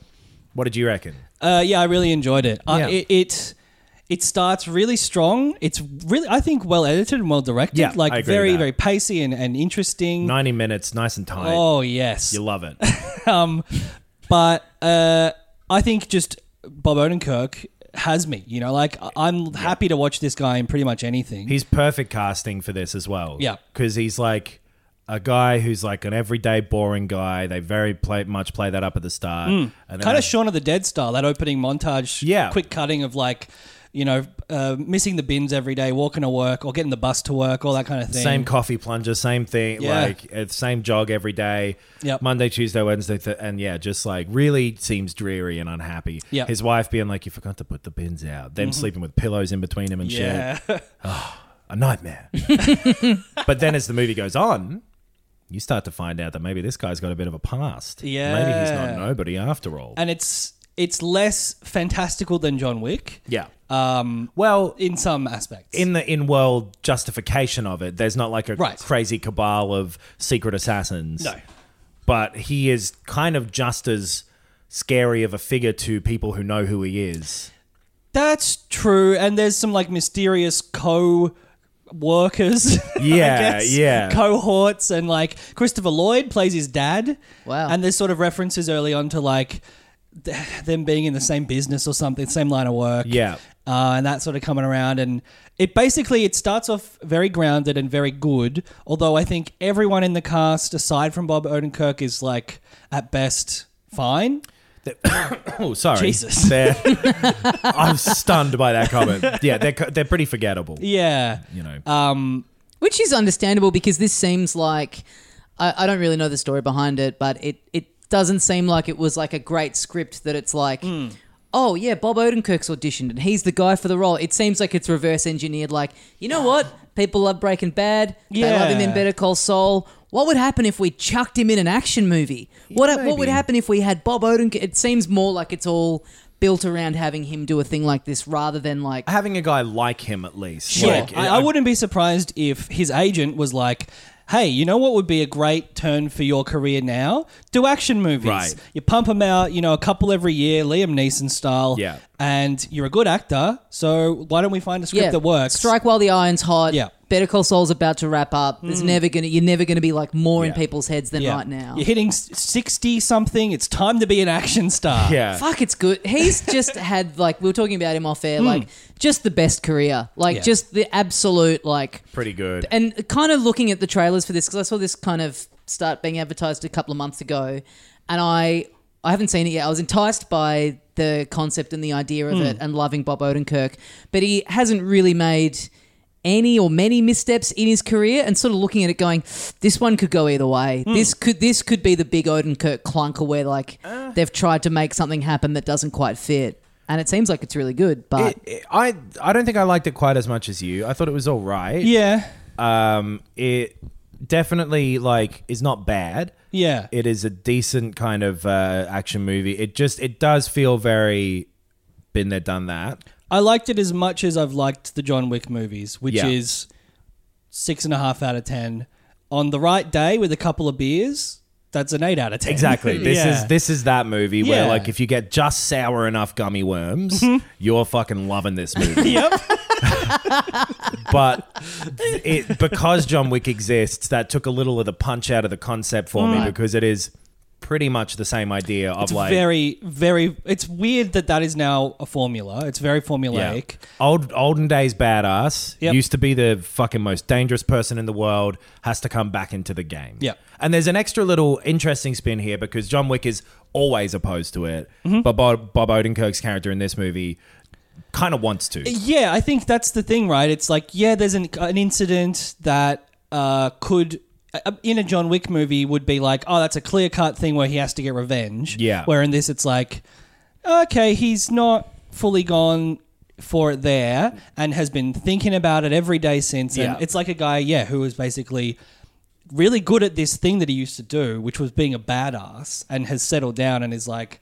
[SPEAKER 2] what did you reckon?
[SPEAKER 3] Uh, yeah, I really enjoyed it. I
[SPEAKER 2] Yeah.
[SPEAKER 3] it, it it starts really strong. It's really, I think, well edited and well directed.
[SPEAKER 2] Yeah, I
[SPEAKER 3] like
[SPEAKER 2] agree with
[SPEAKER 3] very,
[SPEAKER 2] that.
[SPEAKER 3] very pacey and, and interesting.
[SPEAKER 2] Ninety minutes, nice and tight.
[SPEAKER 3] Oh yes,
[SPEAKER 2] You love it.
[SPEAKER 3] um, but uh, I think just Bob Odenkirk has me. You know, like I- I'm happy to watch this guy in pretty much anything.
[SPEAKER 2] He's perfect casting for this as well.
[SPEAKER 3] Yeah.
[SPEAKER 2] Because he's like a guy who's like an everyday boring guy. They very play, much play that up at the start.
[SPEAKER 3] Mm.
[SPEAKER 2] And then
[SPEAKER 3] kind
[SPEAKER 2] they-
[SPEAKER 3] of Shaun of the Dead style. That opening montage,
[SPEAKER 2] Yeah.
[SPEAKER 3] quick cutting of like. You know, uh, missing the bins every day, walking to work, or getting the bus to work, all that kind of thing.
[SPEAKER 2] Same coffee plunger, same thing,
[SPEAKER 3] Yeah.
[SPEAKER 2] like uh, same jog every day.
[SPEAKER 3] Yep.
[SPEAKER 2] Monday, Tuesday, Wednesday, th- and yeah, just like really seems dreary and unhappy.
[SPEAKER 3] Yep. Mm-hmm.
[SPEAKER 2] His wife being like, "You forgot to put the bins out." Them sleeping with pillows in between him and shit.
[SPEAKER 3] Yeah.
[SPEAKER 2] a nightmare. but then as the movie goes on, you start to find out that maybe this guy's got a bit of a past. Maybe he's
[SPEAKER 3] Yeah.
[SPEAKER 2] not nobody after all.
[SPEAKER 3] and it's it's less fantastical than John Wick.
[SPEAKER 2] yeah.
[SPEAKER 3] Um,
[SPEAKER 2] well,
[SPEAKER 3] in some aspects.
[SPEAKER 2] Uh, in the in world justification of it, there's not like a
[SPEAKER 3] Right.
[SPEAKER 2] crazy cabal of secret assassins.
[SPEAKER 3] no,
[SPEAKER 2] But he is kind of just as scary of a figure to people who know who he is.
[SPEAKER 3] that's true. And there's some like mysterious co. Workers, I
[SPEAKER 2] Yeah,
[SPEAKER 3] guess.
[SPEAKER 2] yeah.
[SPEAKER 3] cohorts, and like Christopher Lloyd plays his dad.
[SPEAKER 1] Wow.
[SPEAKER 3] and there's sort of references early on to like th- them being in the same business or something, same line of work.
[SPEAKER 2] Yeah.
[SPEAKER 3] uh, and that sort of coming around. And it basically it starts off very grounded and very good. Although I think everyone in the cast, aside from Bob Odenkirk, is like at best fine.
[SPEAKER 2] Oh, sorry.
[SPEAKER 3] Jesus.
[SPEAKER 2] They're- I'm stunned by that comment. Yeah, they're, co- they're pretty forgettable.
[SPEAKER 3] Yeah,
[SPEAKER 2] You know.
[SPEAKER 3] Uh,
[SPEAKER 1] Which is understandable because this seems like I, I don't really know the story behind it, but it it doesn't seem like it was like a great script that it's like.
[SPEAKER 2] Hmm.
[SPEAKER 1] Oh yeah, Bob Odenkirk's auditioned and he's the guy for the role. It seems like it's reverse engineered. Like, you know what? People love Breaking Bad. They
[SPEAKER 3] Yeah.
[SPEAKER 1] love him in Better Call Saul. What would happen if we chucked him in an action movie? What what would
[SPEAKER 2] maybe.
[SPEAKER 1] happen if we had Bob Odenkirk? It seems more like it's all built around having him do a thing like this rather than like
[SPEAKER 2] Having a guy like him at least.
[SPEAKER 3] Sure.
[SPEAKER 2] Like,
[SPEAKER 3] I, I wouldn't be surprised if his agent was like, hey, you know what would be a great turn for your career now? Do action movies.
[SPEAKER 2] Right.
[SPEAKER 3] You pump them out, you know, a couple every year, Liam Neeson style.
[SPEAKER 2] Yeah.
[SPEAKER 3] And you're a good actor, so why don't we find a script
[SPEAKER 1] yeah,
[SPEAKER 3] that works?
[SPEAKER 1] Strike while the iron's hot.
[SPEAKER 3] Yeah. Mm.
[SPEAKER 1] Better Call Saul's about to wrap up. There's never gonna you're never gonna be like more in
[SPEAKER 2] Yeah.
[SPEAKER 1] people's heads than
[SPEAKER 3] Yeah.
[SPEAKER 1] right now.
[SPEAKER 3] You're hitting 60 something. It's time to be an action star.
[SPEAKER 2] Yeah.
[SPEAKER 1] Fuck, it's good. He's just had like we were talking about him off air, like just the best career, like
[SPEAKER 3] Hmm. Yeah.
[SPEAKER 1] just the absolute like
[SPEAKER 2] Pretty good.
[SPEAKER 1] and kind of looking at the trailers for this because I saw this kind of start being advertised a couple of months ago, and I I haven't seen it yet. I was enticed by the concept and the idea
[SPEAKER 2] Hmm.
[SPEAKER 1] of it and loving Bob Odenkirk, but he hasn't really made any or many missteps in his career and sort of looking at it going this one could go either way
[SPEAKER 2] Hmm.
[SPEAKER 1] this could this could be the big Odenkirk clunker where like
[SPEAKER 2] Ah.
[SPEAKER 1] they've tried to make something happen that doesn't quite fit and it seems like it's really good
[SPEAKER 3] Uh,
[SPEAKER 1] but
[SPEAKER 2] It- it- I I don't think I liked it quite as much as you. I thought it was all right.
[SPEAKER 3] Yeah.
[SPEAKER 2] Um, it definitely like is not bad.
[SPEAKER 3] Yeah.
[SPEAKER 2] It is a decent kind of uh, action movie. It just it does feel very been there, done that.
[SPEAKER 3] I liked it as much as I've liked the John Wick movies, which
[SPEAKER 2] Yeah.
[SPEAKER 3] is six and a half out of ten. On the right day with a couple of beers, that's an eight out of ten.
[SPEAKER 2] Exactly. This
[SPEAKER 3] Yeah.
[SPEAKER 2] is this is that movie
[SPEAKER 3] Yeah. Mm-hmm.
[SPEAKER 2] where like if you get just sour enough gummy worms, you're fucking loving this movie.
[SPEAKER 3] Yep.
[SPEAKER 2] but it because John Wick exists, that took a little of the punch out of the concept for me because it is pretty much the same idea of
[SPEAKER 3] It's
[SPEAKER 2] like
[SPEAKER 3] very, very. It's weird that that is now a formula. It's very formulaic.
[SPEAKER 2] Old olden days badass
[SPEAKER 3] Yep.
[SPEAKER 2] used to be the fucking most dangerous person in the world has to come back into the game.
[SPEAKER 3] Yep.
[SPEAKER 2] And there's an extra little interesting spin here because John Wick is always opposed to it.
[SPEAKER 3] Mm-hmm.
[SPEAKER 2] But Bob, Bob Odenkirk's character in this movie kind of wants to.
[SPEAKER 3] Yeah, I think that's the thing, right? It's like, yeah, there's an, an incident that uh, could, uh, in a John Wick movie, would be like, oh, that's a clear cut thing where he has to get revenge.
[SPEAKER 2] Yeah.
[SPEAKER 3] Where in this, it's like, okay, he's not fully gone for it there and has been thinking about it every day since. And
[SPEAKER 2] Yeah.
[SPEAKER 3] it's like a guy, yeah, who was basically really good at this thing that he used to do, which was being a badass, and has settled down and is like,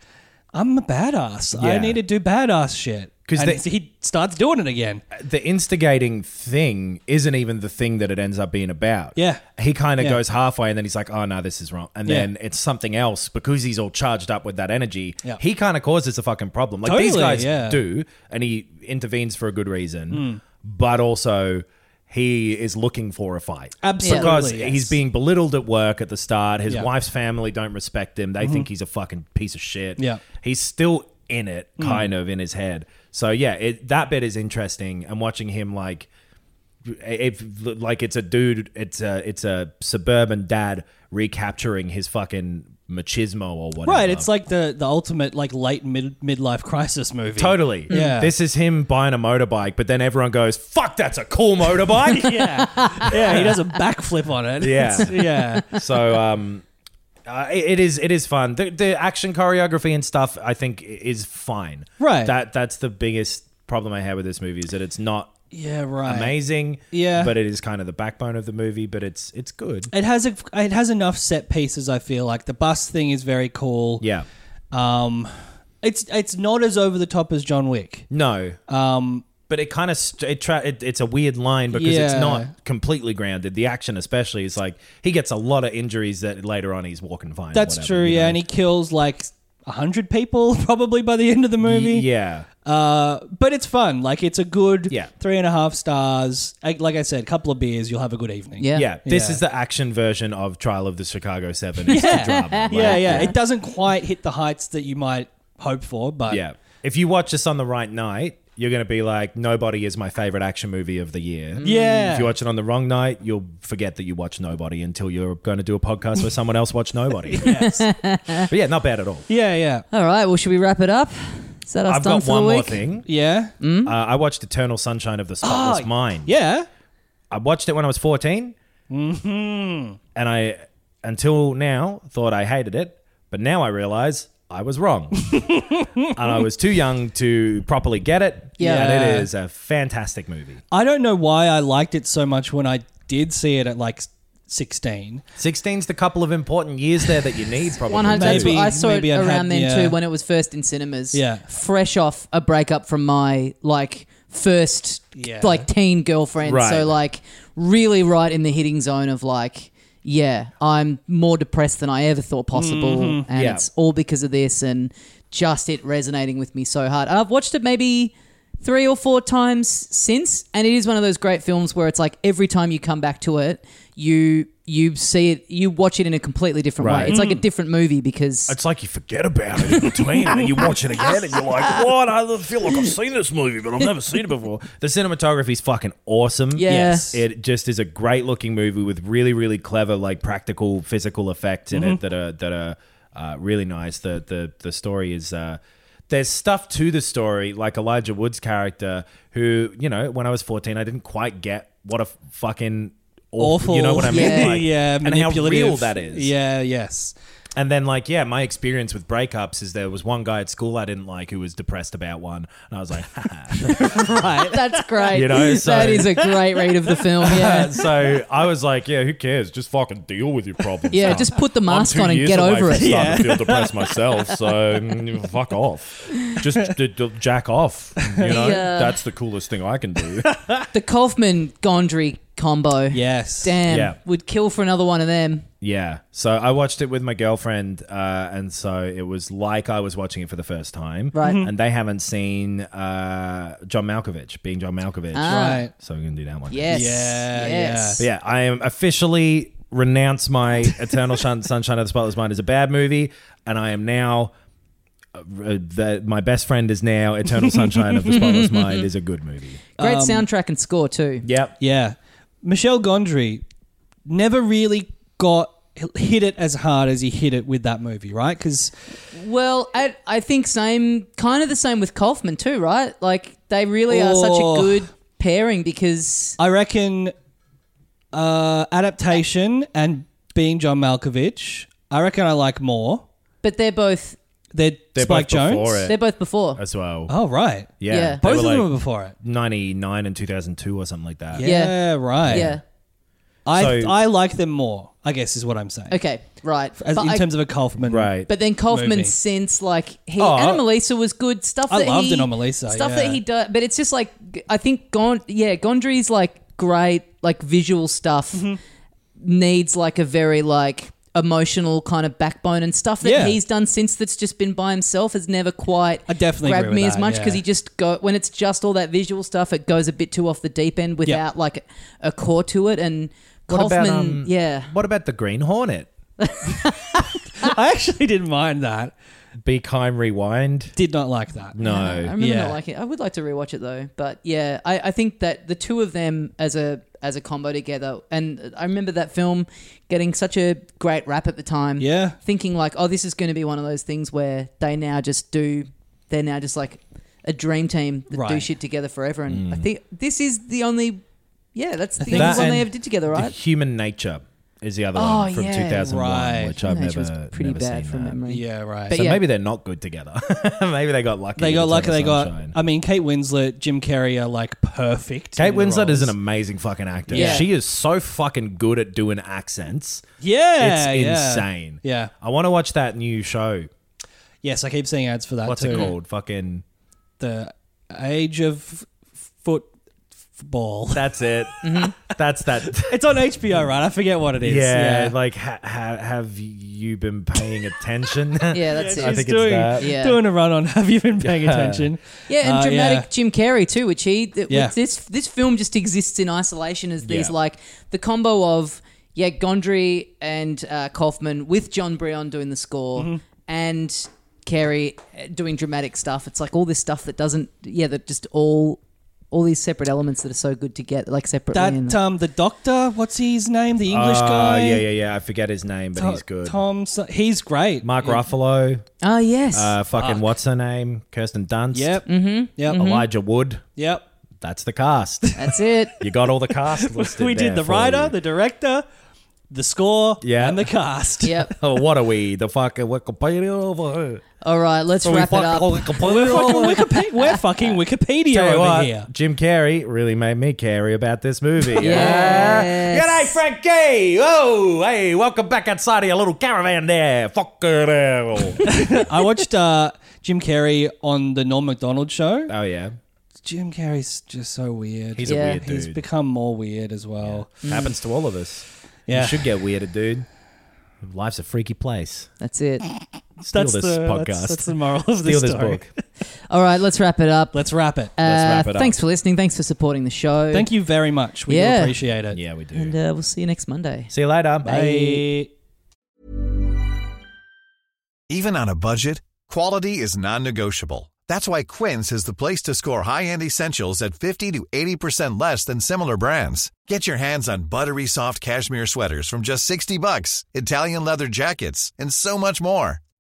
[SPEAKER 3] I'm a badass. I
[SPEAKER 2] Yeah.
[SPEAKER 3] need to do badass shit.
[SPEAKER 2] 'Cause
[SPEAKER 3] And
[SPEAKER 2] they- Uh,
[SPEAKER 3] so he starts doing it again.
[SPEAKER 2] the instigating thing isn't even the thing that it ends up being about.
[SPEAKER 3] Yeah.
[SPEAKER 2] He kind of
[SPEAKER 3] Yeah.
[SPEAKER 2] goes halfway and then he's like, oh, no, this is wrong. And
[SPEAKER 3] Yeah.
[SPEAKER 2] then it's something else because he's all charged up with that energy.
[SPEAKER 3] Yeah.
[SPEAKER 2] He kind of causes a fucking problem. Like these
[SPEAKER 3] Totally,
[SPEAKER 2] guys
[SPEAKER 3] yeah. Hmm.
[SPEAKER 2] do, and he intervenes for a good reason, but also he is looking for a fight.
[SPEAKER 3] Absolutely,
[SPEAKER 2] Because
[SPEAKER 3] yes.
[SPEAKER 2] he's being belittled at work at the start. His
[SPEAKER 3] Yeah. Hmm.
[SPEAKER 2] wife's family don't respect him. They think he's a fucking piece of shit.
[SPEAKER 3] Yeah. Hmm.
[SPEAKER 2] He's still in it, kind of in his head. So yeah, it, that bit is interesting. And watching him like, if like it's a dude, it's a it's a suburban dad recapturing his fucking machismo or whatever.
[SPEAKER 3] Right, it's like the the ultimate like late mid midlife crisis movie.
[SPEAKER 2] Totally.
[SPEAKER 3] Hmm. Yeah.
[SPEAKER 2] This is him buying a motorbike, but then everyone goes, "Fuck, that's a cool motorbike."
[SPEAKER 3] Yeah, yeah. He does a backflip on it.
[SPEAKER 2] Yeah.
[SPEAKER 3] It's- yeah.
[SPEAKER 2] so um uh, it it is it is fun the, the action choreography and stuff i think i- is fine
[SPEAKER 3] Right.
[SPEAKER 2] that that's the biggest problem i have with this movie is that it's not
[SPEAKER 3] Yeah. Right.
[SPEAKER 2] amazing
[SPEAKER 3] Yeah.
[SPEAKER 2] but it is kind of the backbone of the movie but it's it's good
[SPEAKER 3] It has a, it has enough set pieces. I feel like the bus thing is very cool.
[SPEAKER 2] yeah
[SPEAKER 3] Um, it's it's not as over the top as John Wick.
[SPEAKER 2] no
[SPEAKER 3] Um,
[SPEAKER 2] but it kind of st- it, tra- it it's a weird line because it's
[SPEAKER 3] Yeah.
[SPEAKER 2] not completely grounded the action especially is like he gets a lot of injuries that later on he's walking fine or
[SPEAKER 3] that's
[SPEAKER 2] whatever,
[SPEAKER 3] true.
[SPEAKER 2] you
[SPEAKER 3] Yeah,
[SPEAKER 2] know?
[SPEAKER 3] and he kills like a hundred people probably by the end of the movie.
[SPEAKER 2] Y- yeah
[SPEAKER 3] Uh, but it's fun. Like it's a good
[SPEAKER 2] Yeah.
[SPEAKER 3] three and a half stars. Like, like I said, couple of beers, you'll have a good evening.
[SPEAKER 1] yeah.
[SPEAKER 2] yeah, this
[SPEAKER 3] Uh, Yeah.
[SPEAKER 2] is the action version of Trial of the Chicago Seven. It's yeah. drama. Like,
[SPEAKER 3] yeah, yeah. It doesn't quite hit the heights that you might hope for, but
[SPEAKER 2] Yeah. If you watch this on the right night, you're going to be like, Nobody is my favorite action movie of the year.
[SPEAKER 3] Yeah.
[SPEAKER 2] If you watch it on the wrong night, you'll forget that you watch Nobody until you're going to do a podcast where someone else watched Nobody. yes. But yeah, not bad at all.
[SPEAKER 3] yeah, yeah,
[SPEAKER 1] all right well should we wrap it up is that us
[SPEAKER 2] I've
[SPEAKER 1] done
[SPEAKER 2] got
[SPEAKER 1] for
[SPEAKER 2] one
[SPEAKER 1] the week? Mm-hmm.
[SPEAKER 2] more thing.
[SPEAKER 3] yeah,
[SPEAKER 2] Uh, I watched Eternal Sunshine of the
[SPEAKER 1] Oh,
[SPEAKER 2] Spotless Mind.
[SPEAKER 3] yeah.
[SPEAKER 2] I watched it when I was 14. Mm-hmm.
[SPEAKER 1] Mm-hmm.
[SPEAKER 2] And I, until now, thought I hated it. But now I realize I was wrong. and I was too young to properly get it.
[SPEAKER 3] Yeah.
[SPEAKER 2] And it is a fantastic movie.
[SPEAKER 3] I don't know why I liked it so much when I did see it at like 16.
[SPEAKER 2] 16's the couple of important years there that you need, probably.
[SPEAKER 1] One hundred. That's what
[SPEAKER 3] Maybe-
[SPEAKER 1] I saw it
[SPEAKER 3] maybe I've
[SPEAKER 1] around
[SPEAKER 3] had-
[SPEAKER 1] then
[SPEAKER 3] yeah.
[SPEAKER 1] too when it was first in cinemas.
[SPEAKER 3] Yeah.
[SPEAKER 1] fresh off a breakup from my like first
[SPEAKER 3] Yeah.
[SPEAKER 1] like teen girlfriend.
[SPEAKER 2] Right.
[SPEAKER 1] So like really right in the hitting zone of like. Yeah, I'm more depressed than I ever thought possible,
[SPEAKER 3] Mm-hmm.
[SPEAKER 1] and
[SPEAKER 2] Yeah.
[SPEAKER 1] it's all because of this, and just it resonating with me so hard. And I've watched it maybe three or four times since, and it is one of those great films where it's like every time you come back to it, you you see it, you watch it in a completely different
[SPEAKER 2] Right.
[SPEAKER 1] way. It's like a different movie because
[SPEAKER 2] It's like you forget about it in between, and then you watch it again, and you're like, "What? I feel like I've seen this movie, but I've never seen it before." The cinematography's fucking awesome.
[SPEAKER 1] Yeah. Yes.
[SPEAKER 2] it just is a great looking movie with really, really clever, like practical physical effects in
[SPEAKER 1] Mm-hmm.
[SPEAKER 2] it that are that are uh, really nice. The the the story is. Uh, there's stuff to the story, like Elijah Wood's character, who you know, when I was 14, I didn't quite get what a fucking awful,
[SPEAKER 3] Awful.
[SPEAKER 2] you know what I mean,
[SPEAKER 1] Yeah.
[SPEAKER 2] Like,
[SPEAKER 3] yeah,
[SPEAKER 2] and how real
[SPEAKER 3] manipulative.
[SPEAKER 2] that is.
[SPEAKER 3] Yeah, yes.
[SPEAKER 2] And then, like, yeah, my experience with breakups is there was one guy at school I didn't like who was depressed about one, and I was like,
[SPEAKER 1] That's great.
[SPEAKER 2] You know, so-
[SPEAKER 1] that is a great read of the film. Yeah,
[SPEAKER 2] so I was like, yeah, who cares? Just fucking deal with your problems.
[SPEAKER 1] yeah.
[SPEAKER 2] son.
[SPEAKER 1] Just put the
[SPEAKER 2] I'm
[SPEAKER 1] mask
[SPEAKER 2] two
[SPEAKER 1] on and
[SPEAKER 2] years
[SPEAKER 1] get
[SPEAKER 2] away
[SPEAKER 1] over
[SPEAKER 2] from
[SPEAKER 1] it.
[SPEAKER 2] starting to feel depressed myself, so mm, fuck off. Just d- d- jack off. You know,
[SPEAKER 1] Yeah.
[SPEAKER 2] that's the coolest thing I can do.
[SPEAKER 1] The Kaufman Gondry combo.
[SPEAKER 3] Yes.
[SPEAKER 1] Damn,
[SPEAKER 2] Yeah.
[SPEAKER 1] would kill for another one of them.
[SPEAKER 2] Yeah. So I watched it with my girlfriend, uh, and so it was like I was watching it for the first time.
[SPEAKER 1] Right.
[SPEAKER 3] Mm-hmm.
[SPEAKER 1] Mhm.
[SPEAKER 2] And they haven't seen uh, John Malkovich being John Malkovich.
[SPEAKER 3] Right.
[SPEAKER 2] So we're gonna do that one.
[SPEAKER 1] Yes.
[SPEAKER 3] Yeah,
[SPEAKER 1] Yes.
[SPEAKER 2] But yeah, I am officially renounce my Eternal Shun- Sunshine of the Spotless Mind as a bad movie, and I am now. Uh, uh, the, my best friend is now Eternal Sunshine of the Spotless Mind is a good movie.
[SPEAKER 1] Great soundtrack and score too.
[SPEAKER 2] Yep.
[SPEAKER 3] Yeah. Michel Gondry never really got hit it as hard as he hit it with that movie, right? Because
[SPEAKER 1] Well, I, I think same kind of the same with Kaufman too, right? Like they really are such
[SPEAKER 3] Oh.
[SPEAKER 1] a good pairing because
[SPEAKER 3] I reckon uh, adaptation and being John Malkovich, I reckon I like more.
[SPEAKER 1] but they're both
[SPEAKER 3] They're,
[SPEAKER 2] They're
[SPEAKER 3] Spike
[SPEAKER 2] both
[SPEAKER 3] Jones.
[SPEAKER 2] before it.
[SPEAKER 1] they're both before.
[SPEAKER 2] As well.
[SPEAKER 3] Oh right,
[SPEAKER 2] yeah.
[SPEAKER 1] yeah.
[SPEAKER 2] They
[SPEAKER 3] both
[SPEAKER 2] were
[SPEAKER 3] of
[SPEAKER 2] like
[SPEAKER 3] them were before it.
[SPEAKER 2] 99 and 2002 or something like that.
[SPEAKER 3] Yeah,
[SPEAKER 1] Yeah.
[SPEAKER 3] right.
[SPEAKER 1] yeah.
[SPEAKER 3] I
[SPEAKER 2] So-
[SPEAKER 3] I like them more. I guess is what I'm saying.
[SPEAKER 1] Okay. Right.
[SPEAKER 3] As,
[SPEAKER 1] But
[SPEAKER 3] in
[SPEAKER 1] I-
[SPEAKER 3] terms of a Kaufman,
[SPEAKER 2] Right.
[SPEAKER 1] But then Kaufman
[SPEAKER 3] Movie.
[SPEAKER 1] since like he
[SPEAKER 2] Oh, I-
[SPEAKER 1] Anomalisa was good stuff.
[SPEAKER 3] I
[SPEAKER 1] that
[SPEAKER 3] loved
[SPEAKER 1] he,
[SPEAKER 3] Anomalisa,
[SPEAKER 1] stuff
[SPEAKER 3] yeah.
[SPEAKER 1] that he does. But it's just like I think Gon yeah Gondry's like great like visual stuff
[SPEAKER 3] Mm-hmm.
[SPEAKER 1] needs like a very like emotional kind of backbone and stuff that
[SPEAKER 3] Yeah.
[SPEAKER 1] he's done since that's just been by himself has never quite
[SPEAKER 3] I definitely
[SPEAKER 1] grabbed
[SPEAKER 3] agree with
[SPEAKER 1] me as
[SPEAKER 3] that,
[SPEAKER 1] much
[SPEAKER 3] yeah.
[SPEAKER 1] because he just go when it's just all that visual stuff it goes a bit too off the deep end without like a, a core to it and Kaufman
[SPEAKER 3] um,
[SPEAKER 1] yeah
[SPEAKER 2] um, What about the Green Hornet?
[SPEAKER 3] I actually didn't mind that.
[SPEAKER 2] Be Kind Rewind?
[SPEAKER 3] Did not like that.
[SPEAKER 2] No.
[SPEAKER 1] I remember
[SPEAKER 3] Yeah.
[SPEAKER 1] not liking it. I would like to rewatch it though. But yeah, I, I think that the two of them as a as a combo together, and I remember that film getting such a great rap at the time.
[SPEAKER 3] Yeah.
[SPEAKER 1] thinking like, oh, this is going to be one of those things where they now just do. They're now just like a dream team that do
[SPEAKER 3] Right.
[SPEAKER 1] shit together forever. And I think this is the only. Yeah, that's the
[SPEAKER 3] think-
[SPEAKER 1] only
[SPEAKER 2] Mm. That
[SPEAKER 1] one they
[SPEAKER 2] and
[SPEAKER 1] ever did together,
[SPEAKER 2] The
[SPEAKER 1] right?
[SPEAKER 2] Human Nature is the other
[SPEAKER 1] Oh,
[SPEAKER 2] one from
[SPEAKER 1] yeah.
[SPEAKER 2] 2001,
[SPEAKER 3] Right.
[SPEAKER 2] which I've
[SPEAKER 1] Nature
[SPEAKER 2] never,
[SPEAKER 1] was pretty
[SPEAKER 2] never
[SPEAKER 1] bad
[SPEAKER 2] seen
[SPEAKER 1] from
[SPEAKER 2] that.
[SPEAKER 1] memory.
[SPEAKER 3] Yeah, right.
[SPEAKER 1] But
[SPEAKER 2] So
[SPEAKER 1] yeah.
[SPEAKER 2] maybe they're not good together. maybe they got lucky.
[SPEAKER 3] they
[SPEAKER 2] with
[SPEAKER 3] got
[SPEAKER 2] Eternal
[SPEAKER 3] lucky. They
[SPEAKER 2] Sunshine.
[SPEAKER 3] got. I mean, Kate Winslet, Jim Carrey are like perfect.
[SPEAKER 2] Kate
[SPEAKER 3] in the
[SPEAKER 2] Winslet is
[SPEAKER 3] roles.
[SPEAKER 2] an amazing fucking actor.
[SPEAKER 1] Yeah.
[SPEAKER 2] She is so fucking good at doing accents.
[SPEAKER 3] Yeah,
[SPEAKER 2] it's
[SPEAKER 3] yeah.
[SPEAKER 2] insane.
[SPEAKER 3] Yeah.
[SPEAKER 2] I want to watch that new show.
[SPEAKER 3] Yes, I keep seeing ads for that.
[SPEAKER 2] What's
[SPEAKER 3] too.
[SPEAKER 2] it called? Fucking.
[SPEAKER 3] The Age of Foot Football.
[SPEAKER 2] That's it.
[SPEAKER 1] Mm-hmm.
[SPEAKER 2] That's that.
[SPEAKER 3] It's on HBO, right? I forget what it is.
[SPEAKER 2] Yeah, like ha- ha- have you been paying attention?
[SPEAKER 1] Yeah, that's
[SPEAKER 3] she's
[SPEAKER 1] it.
[SPEAKER 2] I think it's
[SPEAKER 3] doing,
[SPEAKER 2] that.
[SPEAKER 1] Yeah.
[SPEAKER 3] doing a run on. Have you been paying attention?
[SPEAKER 1] Yeah, and
[SPEAKER 3] Uh,
[SPEAKER 1] dramatic Jim Carrey too, which he th-
[SPEAKER 3] Yeah.
[SPEAKER 1] with this this film just exists in isolation as these
[SPEAKER 2] Yeah.
[SPEAKER 1] like the combo of yeah Gondry and uh, Kaufman with John Brion doing the score
[SPEAKER 2] Mm-hmm.
[SPEAKER 1] and Carrey uh, doing dramatic stuff. It's like all this stuff that doesn't yeah that just all all these separate elements that are so good to get like separately. and-
[SPEAKER 3] That um, the doctor. What's his name? The English
[SPEAKER 2] Uh,
[SPEAKER 3] guy.
[SPEAKER 2] Yeah, yeah, yeah. I forget his name, but
[SPEAKER 3] To-
[SPEAKER 2] he's good.
[SPEAKER 3] Tom. so- He's great.
[SPEAKER 2] Mark Ruffalo,
[SPEAKER 1] oh yes,
[SPEAKER 2] uh, fucking what's her name? Kirsten Dunst.
[SPEAKER 3] Yep. Mm-hmm. Yep.
[SPEAKER 2] Elijah Wood.
[SPEAKER 3] Yep.
[SPEAKER 2] That's the cast.
[SPEAKER 1] that's it.
[SPEAKER 2] you got all the cast listed.
[SPEAKER 3] we
[SPEAKER 2] there
[SPEAKER 3] did the
[SPEAKER 2] for
[SPEAKER 3] writer,
[SPEAKER 2] you.
[SPEAKER 3] the director, the score,
[SPEAKER 2] Yeah.
[SPEAKER 3] and the cast.
[SPEAKER 1] yep.
[SPEAKER 2] oh, what are we? The fucking Wikipedia over here.
[SPEAKER 1] All right, let's
[SPEAKER 2] So we
[SPEAKER 1] wrap it
[SPEAKER 2] fuck-
[SPEAKER 1] up.
[SPEAKER 2] oh, completely
[SPEAKER 3] We're fucking Wikipedia. We're fucking Wikipedia
[SPEAKER 2] Tell you
[SPEAKER 3] over
[SPEAKER 2] what,
[SPEAKER 3] here.
[SPEAKER 2] Jim Carrey really made me care about this movie.
[SPEAKER 1] Yes.
[SPEAKER 2] Good day, Frankie. Oh, hey, welcome back outside of your little caravan there. Fuck it hell.
[SPEAKER 3] I watched uh, Jim Carrey on the Norm Macdonald show.
[SPEAKER 2] oh yeah,
[SPEAKER 3] Jim Carrey's just so weird.
[SPEAKER 2] he's
[SPEAKER 1] Yeah.
[SPEAKER 2] a weird
[SPEAKER 3] He's
[SPEAKER 2] dude.
[SPEAKER 3] become more weird as well.
[SPEAKER 2] Happens to all of us.
[SPEAKER 3] Mm. Yeah.
[SPEAKER 2] You should get weirded, dude. Life's a freaky place.
[SPEAKER 1] That's it.
[SPEAKER 2] Steal this podcast.
[SPEAKER 3] That's, that's the moral of
[SPEAKER 2] Steal
[SPEAKER 3] this
[SPEAKER 2] this
[SPEAKER 3] story.
[SPEAKER 2] book.
[SPEAKER 1] All right, let's wrap it up.
[SPEAKER 3] Let's wrap it.
[SPEAKER 2] let's wrap
[SPEAKER 1] Uh,
[SPEAKER 2] it up.
[SPEAKER 1] Thanks for listening. Thanks for supporting the show.
[SPEAKER 3] Thank you very much. We do
[SPEAKER 1] Yeah.
[SPEAKER 3] appreciate it.
[SPEAKER 2] Yeah, we do.
[SPEAKER 1] And uh, we'll see you next Monday.
[SPEAKER 2] See you later.
[SPEAKER 3] Bye.
[SPEAKER 10] Even on a budget, quality is non-negotiable. That's why Quince is the place to score high-end essentials at 50 to 80% less than similar brands. Get your hands on buttery soft cashmere sweaters from just 60 bucks, Italian leather jackets, and so much more.